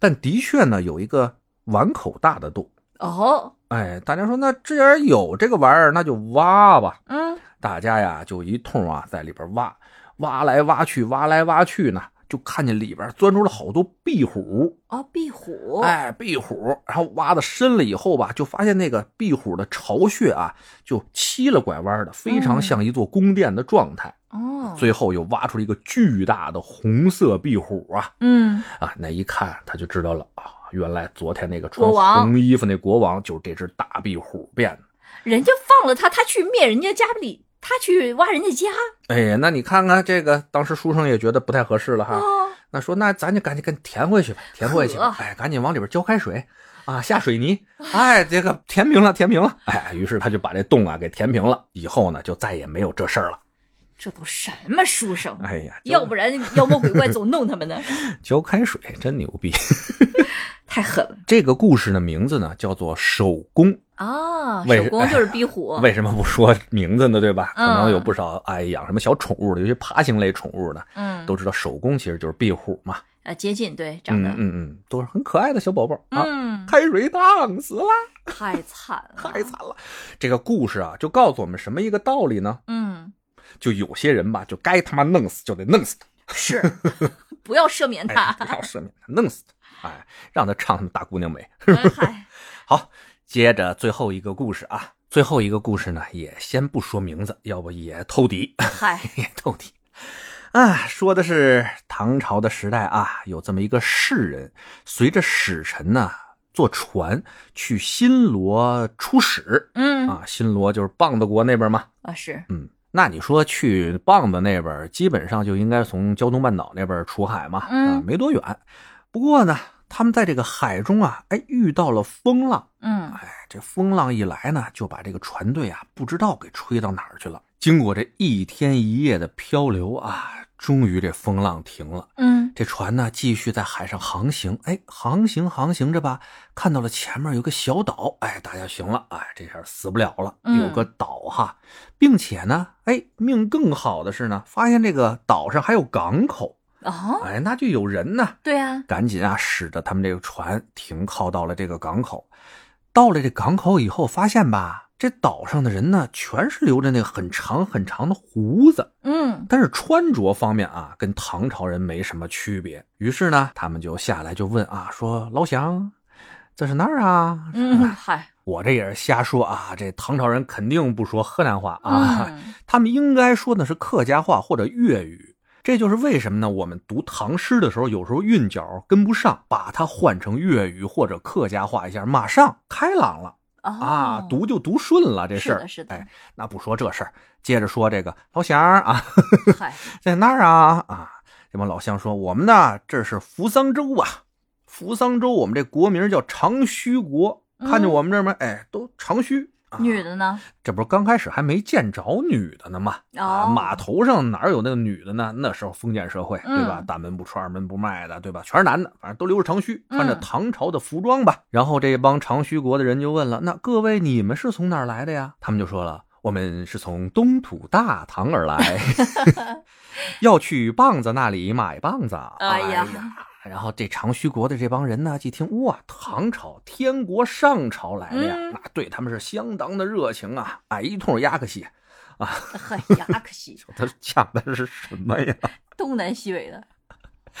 S3: 但的确呢有一个碗口大的洞。
S1: 哦
S3: 哎，大家说那既然有这个玩意儿，那就挖吧。
S1: 嗯
S3: 大家呀就一通啊在里边挖，挖来挖去，挖来挖去呢，就看见里边钻出了好多壁虎，
S1: 哦壁虎
S3: 哎，壁虎，然后挖的深了以后吧，就发现那个壁虎的巢穴啊，就七了拐弯的，非常像一座宫殿的状态。
S1: 哦
S3: 最后又挖出了一个巨大的红色壁虎啊
S1: 嗯
S3: 啊，那一看他就知道了啊，原来昨天那个
S1: 国王
S3: 穿红衣服那国王就是这只大壁虎变的。
S1: 人家放了他，他去灭人家家里，他去挖人家家
S3: 哎呀，那你看看这个，当时书生也觉得不太合适了哈。
S1: 哦
S3: 那说那咱就赶紧给填回去吧，填回去吧
S1: 呵，
S3: 哎，赶紧往里边浇开水啊，下 水泥，哎，这个填平了，填平了，哎，于是他就把这洞啊给填平了，以后呢就再也没有这事儿了。
S1: 这都什么书生？啊
S3: 哎呀，浇
S1: 要不然妖魔鬼怪总弄他们 呢，
S3: 浇开水真牛逼。
S1: 太狠了
S3: 这个故事的名字呢叫做手工，
S1: 啊！
S3: 为哎
S1: 手工就是壁虎，
S3: 为什么不说名字呢？对吧？可
S1: 嗯
S3: 能有不少爱养什么小宠物的，尤其爬行类宠物的
S1: 嗯，
S3: 都知道，手工其实就是壁虎嘛，
S1: 啊接近对长
S3: 嗯
S1: 得
S3: 嗯嗯，都是很可爱的小宝宝啊。
S1: 嗯
S3: 开水烫死了。
S1: 太惨了，
S3: 太惨了！这个故事啊，就告诉我们什么一个道理呢？
S1: 嗯
S3: 就有些人吧，就该他妈弄死就得弄死他，
S1: 是， 不要赦免
S3: 哎
S1: 他，，
S3: 不要赦免他，弄死他，哎，让他唱他们大姑娘美。
S1: 哎嗨，
S3: 好，接着最后一个故事啊，最后一个故事呢，也先不说名字，要不也透底，
S1: 嗨，
S3: 也透底。啊，说的是唐朝的时代啊，有这么一个士人，随着使臣呢、坐船去新罗出使
S1: 嗯
S3: 啊，新罗就是棒子国那边嘛，
S1: 啊是，
S3: 嗯，那你说去棒子那边儿，基本上就应该从胶东半岛那边儿出海嘛，
S1: 嗯
S3: 啊，没多远。不过呢，他们在这个海中啊，哎，遇到了风浪，
S1: 嗯
S3: 哎，这风浪一来呢，就把这个船队啊，不知道给吹到哪儿去了。经过这一天一夜的漂流啊，终于这风浪停了。
S1: 嗯
S3: 这船呢，继续在海上航行。哎，航行航行着吧，看到了前面有个小岛。哎，大家行了，哎，这下死不了了，
S1: 嗯
S3: 有个岛哈，并且呢，哎，命更好的是呢，发现这个岛上还有港口。
S1: 哦
S3: 哎，那就有人呢，
S1: 对啊，
S3: 赶紧啊，使着他们这个船停靠到了这个港口。到了这港口以后，发现吧，这岛上的人呢，全是留着那个很长很长的胡子。
S1: 嗯
S3: 但是穿着方面啊，跟唐朝人没什么区别。于是呢，他们就下来就问啊，说老乡，这是哪儿啊？
S1: 嗯嗨
S3: 我这也是瞎说啊，这唐朝人肯定不说河南话啊，
S1: 嗯
S3: 他们应该说的是客家话或者粤语。这就是为什么呢？我们读唐诗的时候，有时候韵脚跟不上，把它换成粤语或者客家话一下，马上开朗了啊
S1: 啊，
S3: 读就读顺了这事
S1: 是
S3: 儿。
S1: 的是的
S3: 哎，那不说这事儿，接着说这个老乡儿啊。
S1: 嗨
S3: 在那儿啊啊！这帮老乡说，我们呢这是扶桑州啊，扶桑州我们这国名叫长须国，
S1: 嗯
S3: 看见我们这边哎都长须。啊
S1: 女，的 呢？
S3: 这不是刚开始还没见着女的呢吗？啊，
S1: 哦
S3: 码头上哪有那个女的呢？那时候封建社会，对吧？
S1: 嗯
S3: 大门不出二门不迈的，对吧？全是男的，反正都留着长须，
S1: 嗯
S3: 穿着唐朝的服装吧。然后这帮长须国的人就问了：“那各位你们是从哪儿来的呀？”他们就说了：“我们是从东土大唐而来， 要去棒子那里买棒子。”
S1: 哎呀
S3: 然后这长须国的这帮人呢，一听哇，唐朝、天国、上朝来的呀，
S1: 嗯
S3: 那对他们是相当的热情啊！哎，一通压克西，
S1: 嗨哎呀，可惜，
S3: 他讲的是什么呀？
S1: 东南西北的，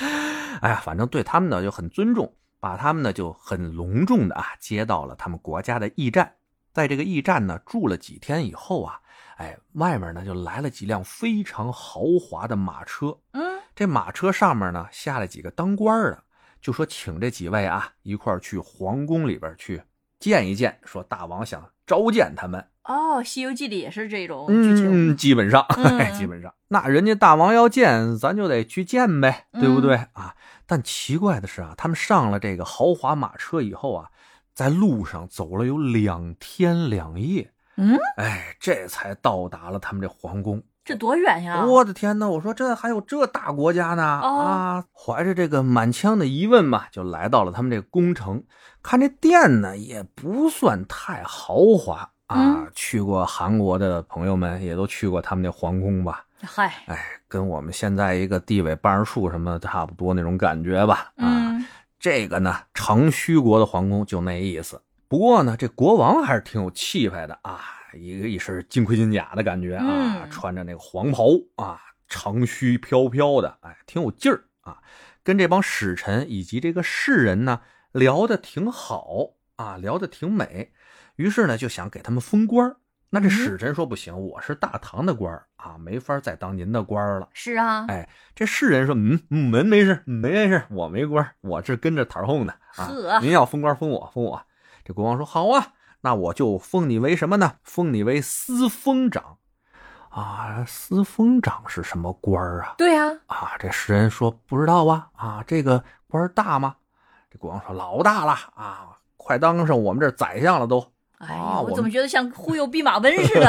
S3: 哎呀，反正对他们呢就很尊重，把他们呢就很隆重的啊接到了他们国家的驿站，在这个驿站呢住了几天以后啊，哎，外面呢就来了几辆非常豪华的马车，
S1: 嗯
S3: 这马车上面呢下来几个当官儿的，就说请这几位啊一块儿去皇宫里边去见一见，说大王想召见他们。
S1: 哦，《西游记》里也是这种剧
S3: 嗯，
S1: 情，
S3: 基本上，
S1: 嗯
S3: 哎，基本上。那人家大王要见，咱就得去见呗，对不
S1: 嗯
S3: 对、啊？但奇怪的是啊，他们上了这个豪华马车以后啊，在路上走了有两天两夜，
S1: 嗯，
S3: 哎，这才到达了他们这皇宫。
S1: 这多远呀？
S3: 我的天呐，我说这还有这大国家呢
S1: 啊哦
S3: 啊！怀着这个满腔的疑问嘛，就来到了他们这个宫城。看这店呢，也不算太豪华啊。
S1: 嗯
S3: 去过韩国的朋友们也都去过他们那皇宫吧？
S1: 嗨，
S3: 哎，跟我们现在一个地委办事处什么的差不多那种感觉吧？啊，
S1: 嗯，
S3: 这个呢，长须国的皇宫就那意思。不过呢，这国王还是挺有气派的啊，一个一身金盔金甲的感觉啊，
S1: 嗯
S3: 穿着那个黄袍啊，长须飘飘的，哎，挺有劲儿啊。跟这帮使臣以及这个士人呢聊得挺好啊，聊得挺美。于是呢，就想给他们封官儿。那这
S1: 嗯
S3: 使臣说不行，我是大唐的官儿啊，没法再当您的官儿了。
S1: 是啊，
S3: 哎这世人说，嗯，嗯门没事，没事，我没官儿，我是跟着桃红的啊
S1: 呵。
S3: 您要封官，封我，封我。这国王说好啊，那我就封你为什么呢？封你为司封长。啊，司封长是什么官儿啊？
S1: 对呀，
S3: 啊，这诗人说不知道啊，啊，这个官儿大吗？这国王说老大了啊，快当上我们这儿宰相了都。
S1: 哎
S3: 啊
S1: 呦，
S3: 我
S1: 我怎么
S3: 们
S1: 觉得像忽悠弼马温似的？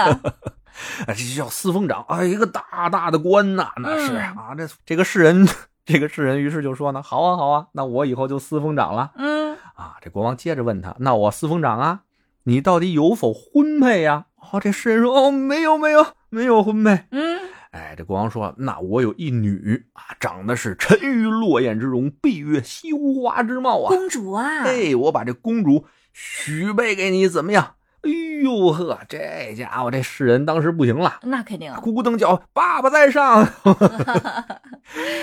S3: 啊，这叫四风长啊，一个大大的官呐、那是、
S1: 嗯
S3: 啊，这这个世人， 这个世人，于是就说呢，好啊，好啊，那我以后就司风长了
S1: 嗯，
S3: 啊。这国王接着问他，那我司风长啊，你到底有否婚配呀、哦，这世人说，哦，没有，没有，没有婚配。
S1: 嗯，
S3: 哎，这国王说，那我有一女啊，长得是沉鱼落雁之容，闭月羞花之貌啊。
S1: 公主啊，
S3: 哎，我把这公主许配给你，怎么样？哎呦呵，这家伙这世人当时不行了。
S1: 那肯定，啊
S3: 咕咕蹬脚，爸爸在上，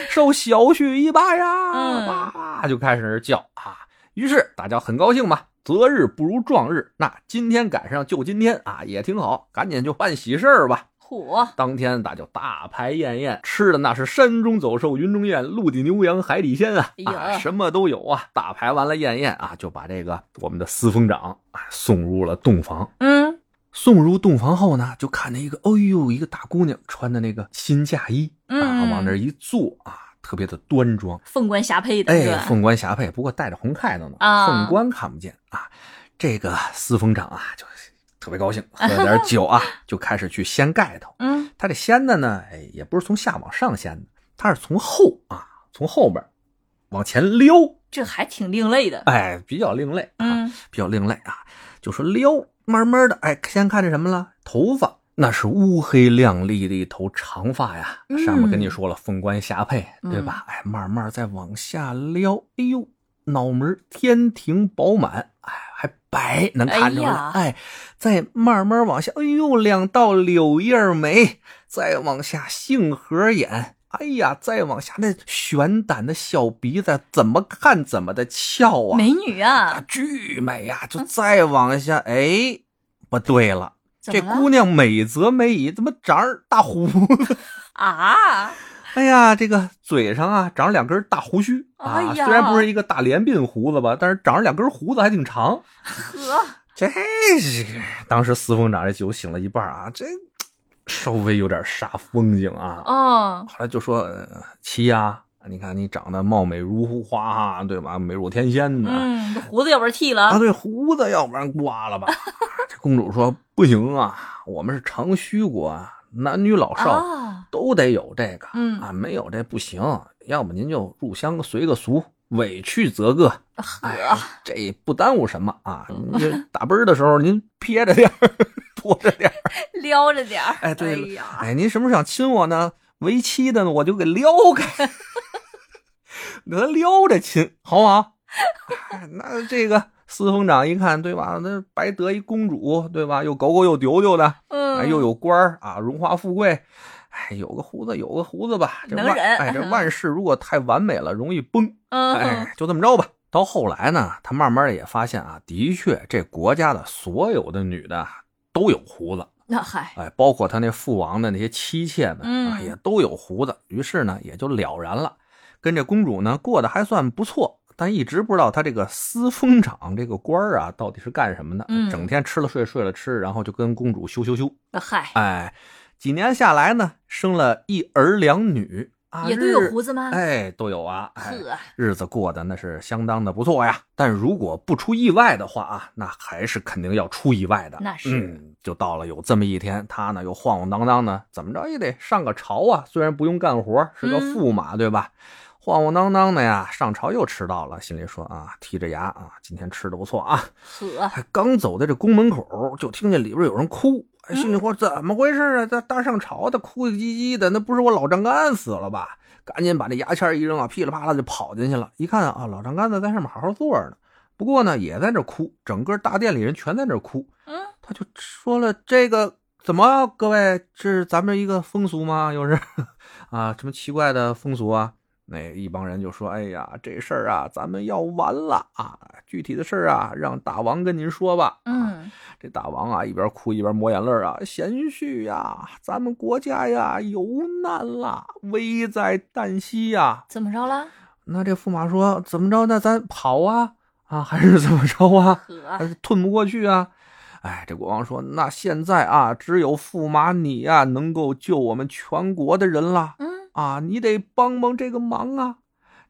S3: 受小婿一拜呀！
S1: 嗯
S3: 爸就开始叫啊。于是大家很高兴嘛，择日不如撞日，那今天赶上就今天啊，也挺好，赶紧就办喜事儿吧。
S1: 虎，
S3: 当天大家就大排宴宴，吃的那是山中走兽、云中雁、陆地牛羊、海底鲜啊，
S1: 哎呦
S3: 啊什么都有啊。大排完了宴宴啊，就把这个我们的司封长啊送入了洞房。
S1: 嗯，
S3: 送入洞房后呢，就看见一个，哎呦，一个大姑娘穿的那个新嫁衣啊，
S1: 嗯
S3: 往那儿一坐啊，特别的端庄，
S1: 凤冠霞帔的，是
S3: 哎，
S1: 吧？
S3: 凤冠霞帔，不过戴着红盖头呢，
S1: 啊
S3: 凤冠看不见啊。这个司风长啊，就特别高兴，喝了 点酒啊，就开始去掀盖头。
S1: 嗯，
S3: 他这掀的呢，哎，也不是从下往上掀的，他是从后啊，从后边儿往前撩，
S1: 这还挺另类的，
S3: 哎，比较另类啊。
S1: 嗯，
S3: 比较另类啊，就说撩，慢慢的，哎，先看见什么了？头发，那是乌黑亮丽的一头长发呀。
S1: 嗯
S3: 上面跟你说了，凤冠霞帔，对吧？哎，慢慢再往下撩，哎呦，脑门天庭饱满，哎，还白，能看出来。
S1: 哎呀
S3: 哎，再慢慢往下，哎呦，两道柳叶眉，再往下杏核眼。哎呀，再往下那悬胆的小鼻子，怎么看怎么的翘啊！
S1: 美女
S3: 啊
S1: 啊，，
S3: 巨美呀、
S1: 嗯
S3: 就再往下，哎，不对了，
S1: 怎
S3: 这
S1: 么了
S3: 姑娘美则美矣，怎么长着大胡 子？
S1: 啊，
S3: 哎呀，这个嘴上啊长着两根大胡须啊，
S1: 哎呀
S3: 虽然不是一个大连鬓胡子吧，但是长着两根胡子还挺长。
S1: 呵，
S3: 这是当时司凤长这酒醒了一半啊，这稍微有点煞风景啊。
S1: 哦，
S3: 后来就说呃七呀、你看你长得貌美如花啊，对吧？美若天仙呢。
S1: 嗯，这胡子要不是剃了
S3: 啊，，对，胡子要不然 刮了吧？这公主说不行啊，我们是长须国，啊，男女老少、
S1: 啊，
S3: 都得有这个，
S1: 嗯
S3: 啊，没有这不行。要不您就入乡随个俗，委曲则个，
S1: 呵
S3: 哎，，这不耽误什么 啊。您这打啵儿的时候您撇着点儿， 拖着点儿。
S1: 撩着点儿，
S3: 哎对了
S1: 呀，
S3: 哎，您什么时候想亲我呢？为妻的呢，我就给撩开， 给他撩着亲，好不好？ 哎那这个司风长一看，对吧？那白得一公主，对吧？又狗狗又丢丢的，哎，
S1: 嗯，
S3: 又有官儿啊，荣华富贵。哎，有个胡子，有个胡子吧，这
S1: 能
S3: 万
S1: 忍
S3: 哎，这 万事如果太完美了，容易崩。
S1: 嗯，
S3: 哎，就这么着吧。到后来呢，他慢慢地也发现啊，的确，这国家的所有的女的啊都有胡子。
S1: 那嗨，
S3: 哎，包括他那父王的那些妻妾们、啊，
S1: 嗯
S3: 也都有胡子，于是呢也就了然了，跟这公主呢过得还算不错，但一直不知道她这个司封长这个官儿啊到底是干什么的，
S1: 嗯
S3: 整天吃了睡，睡了吃，然后就跟公主羞羞羞，
S1: 那嗨，
S3: 哎，几年下来呢，生了一儿两女啊，
S1: 也都有
S3: 日
S1: 胡子吗？
S3: 哎，都有啊，哎，
S1: 呵，
S3: 日子过得那是相当的不错呀。但如果不出意外的话啊，那还是肯定要出意外的。
S1: 那是
S3: 嗯，就到了有这么一天，他呢又晃晃荡荡的，怎么着也得上个朝啊。虽然不用干活，是个
S1: 嗯
S3: 驸马，对吧？晃晃荡荡的呀，上朝又迟到了，心里说啊，剔着牙啊，今天吃的不错啊。
S1: 呵，
S3: 还刚走到这宫门口，就听见里边有人哭，哎，心里
S1: 嗯
S3: 说怎么回事啊？大大上朝的哭唧唧的，那不是我老丈干死了吧？赶紧把这牙签一扔啊，噼里啪啦就跑进去了。一看啊，老丈干子在上面好好坐着呢，不过呢也在这哭，整个大殿里人全在这哭。
S1: 嗯，
S3: 他就说了这个怎么啊各位，这是咱们一个风俗吗？又是啊，什么奇怪的风俗啊？那一帮人就说：“哎呀，这事儿啊，咱们要完了啊！具体的事儿啊，让大王跟您说吧。”，啊
S1: 嗯，
S3: 这大王啊，一边哭一边抹眼泪儿啊，贤婿呀，咱们国家呀有难啦，危在旦夕呀。
S1: 怎么着了？
S3: 那这驸马说：“怎么着？那咱跑啊啊，还是怎么着啊？”还
S1: 呵，
S3: 是吞不过去啊。哎，这国王说：“那现在啊，只有驸马你呀、能够救我们全国的人了
S1: 嗯，
S3: 啊，你得帮帮这个忙啊。”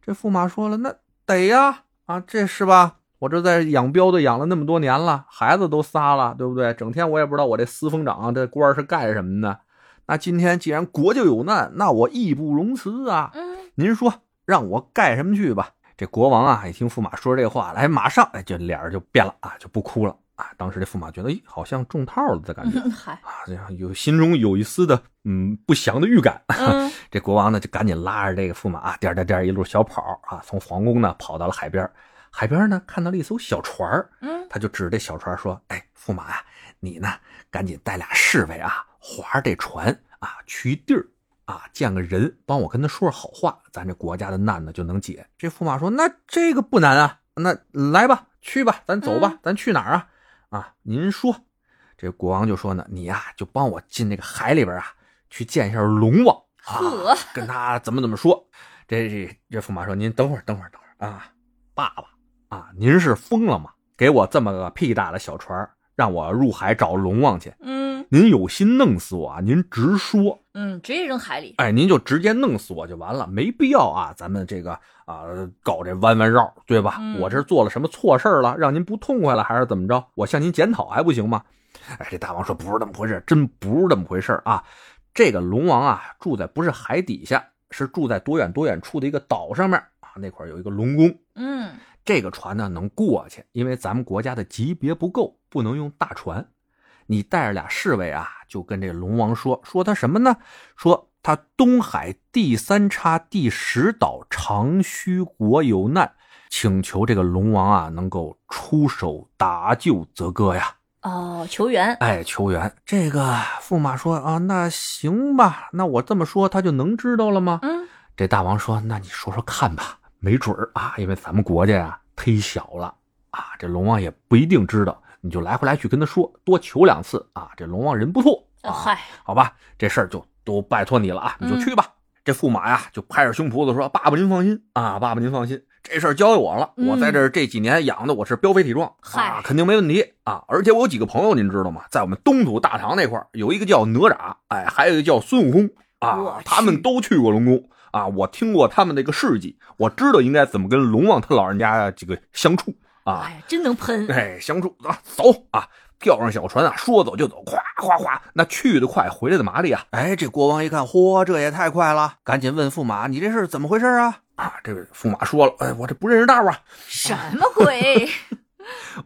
S3: 这驸马说了：“那得呀、啊，这是吧？我这在养膘的养了那么多年了，孩子都仨了，对不对？整天我也不知道我这司封长啊这官儿是干什么的。那今天既然国舅有难，那我义不容辞啊。
S1: 嗯，
S3: 您说让我盖什么去吧？这国王啊，一听驸马说这话来，马上哎，这脸儿就变了啊，就不哭了啊。当时这驸马觉得，咦，好像中套了的感觉、
S1: 嗯嗨，
S3: 啊，这样有心中有一丝的嗯不祥的预感。
S1: 嗯，
S3: 这国王呢，就赶紧拉着这个驸马啊，颠儿颠儿颠儿一路小跑啊，从皇宫呢跑到了海边儿。海边儿呢，看到了一艘小船儿，
S1: 嗯，
S3: 他就指着这小船说：“哎，驸马啊，你呢，赶紧带俩侍卫啊，划着这船啊，去地儿啊，见个人，帮我跟他说说好话，咱这国家的难呢就能解。”这驸马说：“那这个不难啊，那来吧，去吧，咱走吧，咱去哪儿啊？啊，您说。”这国王就说呢：“你呀、就帮我进这个海里边啊，去见一下龙王啊
S1: 呵，
S3: 跟他怎么怎么说。”这这这驸马说：“您等会儿，等会儿，等会儿啊，爸爸。”啊，您是疯了吗？给我这么个屁大的小船儿，让我入海找龙王去？
S1: 嗯，
S3: 您有心弄死我啊？您直说，
S1: 嗯，直接扔海里。
S3: 哎，您就直接弄死我就完了，没必要啊，咱们这个啊、搞这弯弯绕，对吧？
S1: 嗯
S3: 我这做了什么错事儿了，让您不痛快了，还是怎么着？我向您检讨还不行吗？哎，这大王说不是那么回事，真不是那么回事啊！这个龙王啊，住在不是海底下，是住在多远多远处的一个岛上面啊，那块儿有一个龙宫。
S1: 嗯，
S3: 这个船呢能过去，因为咱们国家的级别不够，不能用大船。你带着俩侍卫啊，就跟这龙王说，说他什么呢？说他东海第三叉第十岛长须国有难，请求这个龙王啊能够出手搭救则哥呀。
S1: 哦，球员，
S3: 哎，求援。这个驸马说啊，那行吧，那我这么说他就能知道了吗？
S1: 嗯，
S3: 这大王说：“那你说说看吧，没准儿啊，因为咱们国家呀、忒小了啊，这龙王也不一定知道。你就来回来去跟他说，多求两次啊。这龙王人不错
S1: 呃
S3: 啊，
S1: 嗨，
S3: 好吧，这事儿就都拜托你了啊，你就
S1: 嗯
S3: 去吧。这驸马呀，就拍着胸脯子说：‘爸爸您放心啊，爸爸您放心，这事儿交给我了。我在
S1: 嗯
S3: 这儿这几年养的我是膘肥体壮，啊
S1: 嗨，
S3: 肯定没问题啊。而且我有几个朋友，您知道吗？在我们东土大唐那块儿，有一个叫哪吒，哎，还有一个叫孙悟空啊
S1: 我，
S3: 他们
S1: 去
S3: 都去过龙宫啊。我听过他们那个事迹，我知道应该怎么跟龙王他老人家这个相处啊。
S1: 哎呀，真能喷，
S3: 哎，相助啊，走啊，跳上小船啊，说走就走，咵咵咵，那去得快，回来的麻利啊！哎，这国王一看，嚯，这也太快了，赶紧问驸马，你这是怎么回事啊？啊，这个驸马说了，哎，我这不认识道啊，
S1: 什么 鬼？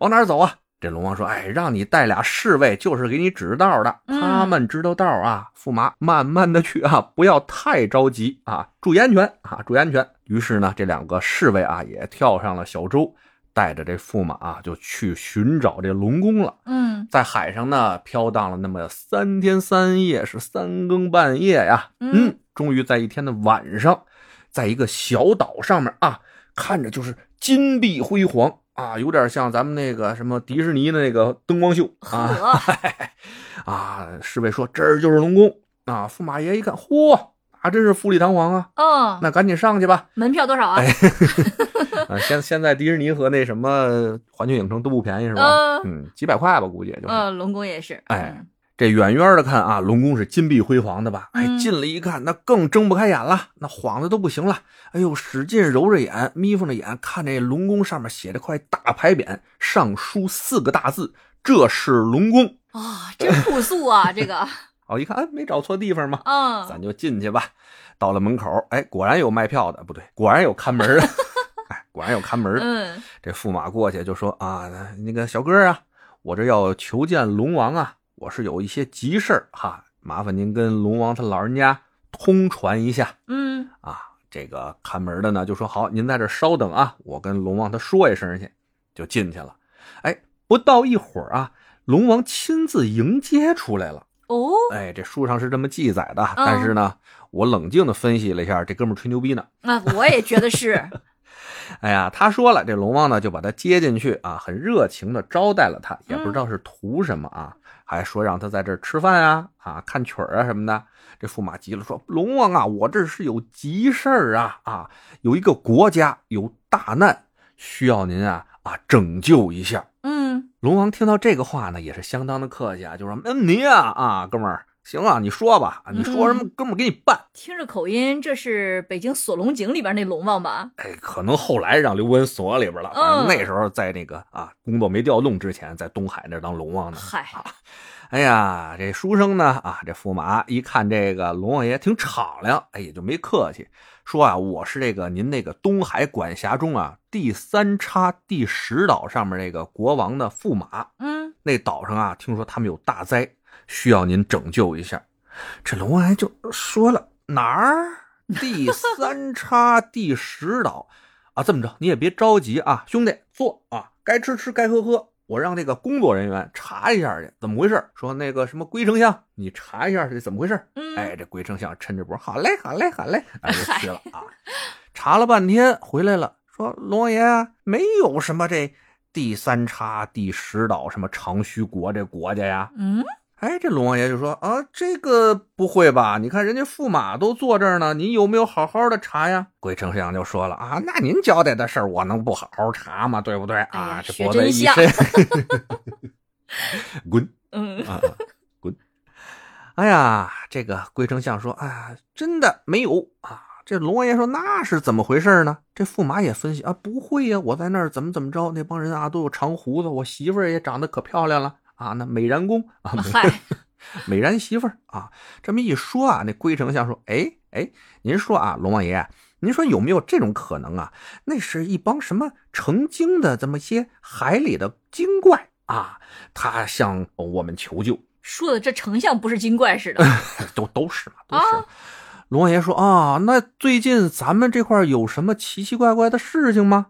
S3: 往哪儿走啊？这龙王说，哎，让你带俩侍卫，就是给你指道的，
S1: 嗯
S3: 他们知道道啊。驸马，慢慢的去啊，不要太着急啊，注意安全啊，注意安全。于是呢，这两个侍卫啊，也跳上了小舟，带着这驸马啊，就去寻找这龙宫了。
S1: 嗯
S3: 在海上呢飘荡了那么三天三夜，是三更半夜呀。
S1: 嗯
S3: 终于在一天的晚上，在一个小岛上面啊，看着就是金碧辉煌啊，有点像咱们那个什么迪士尼的那个灯光秀 啊
S1: 呵，
S3: 啊。侍卫说这儿就是龙宫啊。驸马爷一看，嚯，还真是富丽堂皇啊，
S1: 嗯，
S3: 那哎赶紧上去 吧。
S1: 门票多少啊？
S3: 啊，现现在迪士尼和那什么环球影城都不便宜是吧？
S1: 嗯
S3: 嗯，几百块吧，估计就是。
S1: 嗯，龙宫也是，
S3: 哎
S1: 嗯，
S3: 这远远的看啊，龙宫是金碧辉煌的吧？哎，
S1: 嗯
S3: 近了一看，那更睁不开眼了，那晃的都不行了。哎呦，使劲揉着眼，眯缝着眼，看这龙宫上面写着块大牌匾，上书四个大字：“这是龙宫。
S1: 啊，真朴素啊， 这个，”
S3: 哦，一看，哎，没找错地方嘛。咱
S1: 嗯，
S3: 就进去吧。到了门口，哎，果然有卖票的，不对，果然有看门的， 哎，果然有看门的。
S1: 嗯，
S3: 这驸马过去就说啊，那个小哥啊，我这要求见龙王啊，我是有一些急事儿哈，麻烦您跟龙王他老人家通传一下
S1: 嗯，
S3: 啊。这个看门的呢就说好，您在这儿稍等啊，我跟龙王他说一声去，就进去了。哎，不到一会儿啊，龙王亲自迎接出来了。
S1: 哦，
S3: 哎，这书上是这么记载的，
S1: 嗯
S3: 但是呢，我冷静的分析了一下，这哥们儿吹牛逼呢。
S1: 那我也觉得是，
S3: 哎呀，他说了，这龙王呢就把他接进去啊，很热情的招待了他，也不知道是图什么啊，还说让他在这儿吃饭啊、啊看曲儿啊什么的。这驸马急了，说：“龙王啊，我这是有急事儿啊啊，有一个国家有大难，需要您啊啊拯救一下。”
S1: 嗯，
S3: 龙王听到这个话呢，也是相当的客气啊，就说：“嗯，你啊啊，哥们儿，行啊，你说吧，你说什么，哥们儿给你办。”
S1: 听着口音，这是北京锁龙井里边那龙王吧？
S3: 哎，可能后来让刘文锁里边了。反正
S1: 嗯
S3: 那时候在那个啊工作没调动之前，在东海那儿当龙王呢。
S1: 嗨，
S3: 哎呀，这书生呢啊，这驸马一看这个龙王爷挺敞亮，哎，也就没客气，说啊，我是这个您那个东海管辖中啊第三叉第十岛上面那个国王的驸马。
S1: 嗯，
S3: 那岛上啊，听说他们有大灾，需要您拯救一下。这龙王爷就说了哪儿？第三叉第十岛啊，这么着你也别着急啊，兄弟坐啊，该吃吃该喝喝。我让那个工作人员查一下去，怎么回事？说那个什么龟丞相，你查一下这怎么回事？
S1: 嗯
S3: 哎，这龟丞相抻着脖，好嘞，好嘞，好嘞，哎，就去了啊。查了半天回来了，说龙王爷啊，没有什么这第三叉、第十岛什么长须国这国家呀。
S1: 嗯，
S3: 哎，这龙王爷就说啊，这个不会吧？你看人家驸马都坐这儿呢，您有没有好好的查呀？鬼丞相就说了啊，那您交代的事儿，我能不好好查吗？对不对
S1: 哎
S3: 啊
S1: 呀？
S3: 这
S1: 学
S3: 国贼
S1: 真
S3: 一
S1: 像
S3: 身， 滚！
S1: 嗯，
S3: 啊，啊滚！哎呀，这个龟丞相说，哎呀，真的没有啊。这龙王爷说那是怎么回事呢？这驸马也分析啊，不会呀、我在那儿怎么怎么着，那帮人啊都有长胡子，我媳妇儿也长得可漂亮了啊，那美髯公啊，美
S1: 嗨，
S3: 美髯媳妇儿啊，这么一说啊，那龟丞相说：“哎哎，您说啊，龙王爷，您说有没有这种可能啊？那是一帮什么成精的这么一些海里的精怪啊，他向我们求救，
S1: 说的这丞相不是精怪似 的，
S3: 都都是嘛，都是。
S1: 啊
S3: 龙王爷说：“啊，那最近咱们这块儿有什么奇奇怪怪的事情吗？”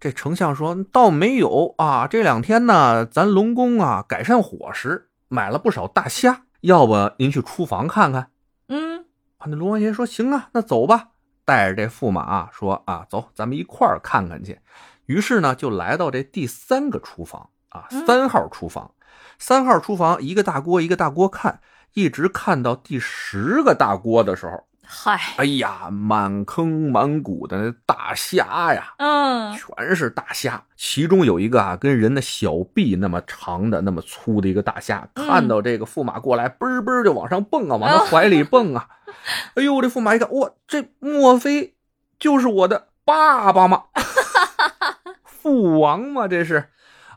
S3: 这丞相说：“倒没有啊，这两天呢，咱龙宫啊改善伙食，买了不少大虾，要不您去厨房看看。”
S1: 嗯，
S3: 啊，那龙王爷说：“行啊，那走吧。”带着这驸马、啊、说：“啊，走，咱们一块儿看看去。”于是呢，就来到这第三个厨房啊，
S1: 嗯
S3: 三号厨房。三号厨房一个大锅一个大锅看，一直看到第十个大锅的时候，
S1: 嗨，
S3: 哎呀，满坑满谷的那大虾呀，
S1: 嗯，
S3: 全是大虾，其中有一个啊，跟人的小臂那么长的、那么粗的一个大虾，
S1: 嗯
S3: 看到这个驸马过来，嘣儿嘣儿就往上蹦啊，往他怀里蹦啊。哎呦，这驸马一看，哇，这莫非就是我的爸爸吗？父王吗？这是。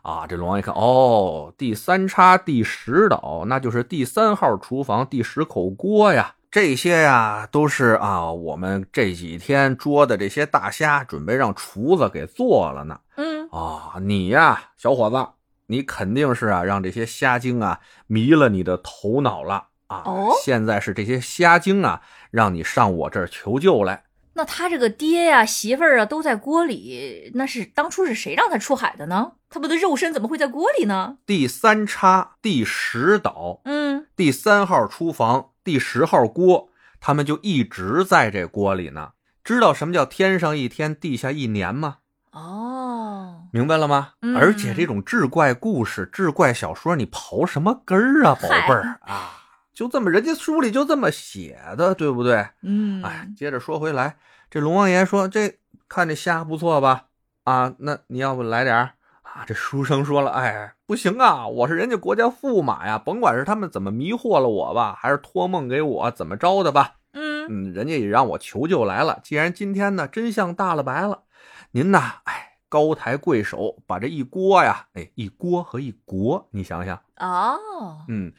S3: 啊，这龙王一看，哦，第三叉第十岛，那就是第三号厨房第十口锅呀。这些呀，都是啊，我们这几天捉的这些大虾，准备让厨子给做了呢。
S1: 嗯，
S3: 啊、你呀，小伙子，你肯定是啊，让这些虾精啊迷了你的头脑了啊。
S1: 哦
S3: 现在是这些虾精啊，让你上我这儿求救来。
S1: 那他这个爹呀、媳妇儿啊都在锅里，那是当初是谁让他出海的呢？他们的肉身怎么会在锅里呢？
S3: 第三叉第十岛
S1: 嗯，
S3: 第三号厨房第十号锅，他们就一直在这锅里呢。知道什么叫天上一天，地下一年吗？
S1: 哦，
S3: 明白了吗？
S1: 嗯
S3: 而且这种志怪故事、志怪小说，你刨什么根儿啊，宝
S1: 嗨
S3: 贝儿啊？就这么，人家书里就这么写的，对不对？
S1: 嗯，
S3: 哎，接着说回来，这龙王爷说：“这看这虾不错吧？啊，那你要不来点儿？啊，啊，这书生说了，哎，不行啊，我是人家国家驸马呀，甭管是他们怎么迷惑了我吧，还是托梦给我怎么着的吧，
S1: 嗯，
S3: 嗯，人家也让我求救来了。既然今天呢真相大了白了，您呐，哎，高抬贵手，把这一锅呀，哎，一锅和一国，你想想，
S1: 哦，
S3: 嗯，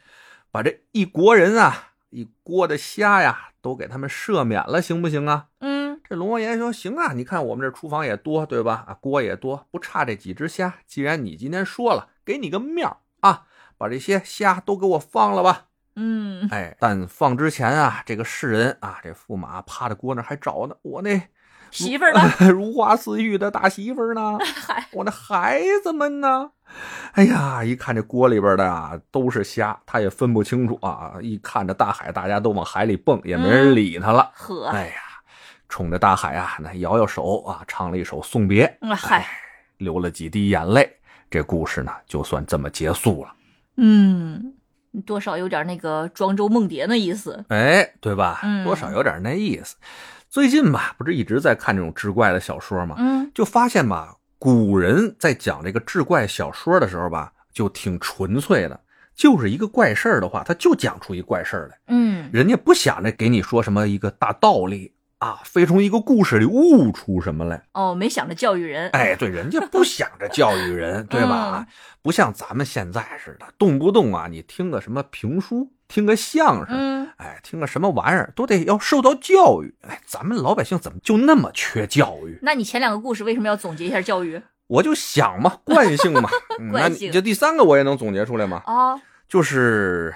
S3: 把这一国人啊，一锅的虾呀，都给他们赦免了，行不行啊？
S1: 嗯，
S3: 这龙王爷说：“行啊，你看我们这厨房也多，对吧？啊，锅也多，不差这几只虾。既然你今天说了，给你个面儿啊，把这些虾都给我放了吧。
S1: 嗯，
S3: 哎，但放之前啊，这个世人啊，这驸马趴在锅那儿还找呢，我那
S1: 媳妇儿呢？
S3: 如花似玉的大媳妇儿呢，
S1: 嗨，
S3: 我那孩子们呢？哎呀，一看这锅里边的啊，都是虾，他也分不清楚啊。一看这大海，大家都往海里蹦，也没人理他了。
S1: 呵，
S3: 哎呀，冲着大海啊，那摇摇手啊，唱了一首送别，
S1: 嗯嗨，
S3: 流了几滴眼泪。这故事呢，就算这么结束了。
S1: 嗯，多少有点那个庄周梦蝶那意思。
S3: 哎，对吧？
S1: 嗯
S3: 多少有点那意思。最近吧，不是一直在看这种志怪的小说吗？
S1: 嗯，
S3: 就发现吧，古人在讲这个志怪小说的时候吧，就挺纯粹的，就是一个怪事儿的话，他就讲出一怪事儿来，
S1: 嗯，
S3: 人家不想着给你说什么一个大道理啊，非从一个故事里悟出什么来。
S1: 哦，没想着教育人。
S3: 哎，对，人家不想着教育
S1: 嗯
S3: 人，对吧？不像咱们现在似的，动不动啊，你听个什么评书，听个相声，
S1: 嗯，
S3: 哎，听个什么玩意儿，都得要受到教育。哎，咱们老百姓怎么就那么缺教育？
S1: 那你前两个故事为什么要总结一下教育？
S3: 我就想嘛，惯性 嘛。嗯那
S1: 惯
S3: 你
S1: 性
S3: 这第三个我也能总结出来嘛，
S1: 哦，
S3: 就是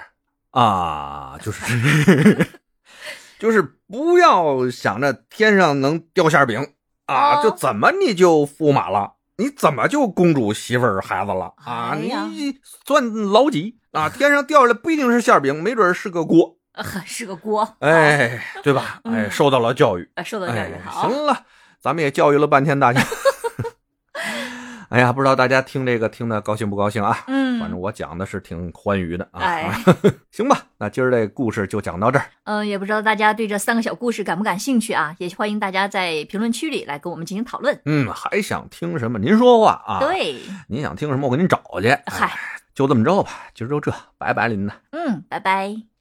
S3: 啊，就是 就是不要想着天上能掉馅儿饼啊，
S1: 哦
S3: 就怎么你就驸马了。你怎么就公主媳妇儿孩子了啊？
S1: 哎呀
S3: 你算老几啊？天上掉下来不一定是馅儿饼，没准是个锅，
S1: 呃呵是个锅。
S3: 哎，对吧？哎，
S1: 嗯
S3: 受到了教育，
S1: 啊，受到教
S3: 哎
S1: 育，好。
S3: 行了，咱们也教育了半天大 家。哎呀，不知道大家听这个听的高兴不高兴啊？
S1: 嗯，
S3: 反正我讲的是挺欢愉的啊。
S1: 哎
S3: 行吧， 那今儿这故事就讲到这儿。
S1: 嗯，也不知道大家对这三个小故事感不感兴趣啊？也欢迎大家在评论区里来跟我们进行讨论。
S3: 嗯，还想听什么？您说话啊。，
S1: 对，
S3: 您想听什么，我给您找去。哎
S1: 嗨，
S3: 就这么着吧，今儿就这，拜拜，您呐。
S1: 嗯，拜拜。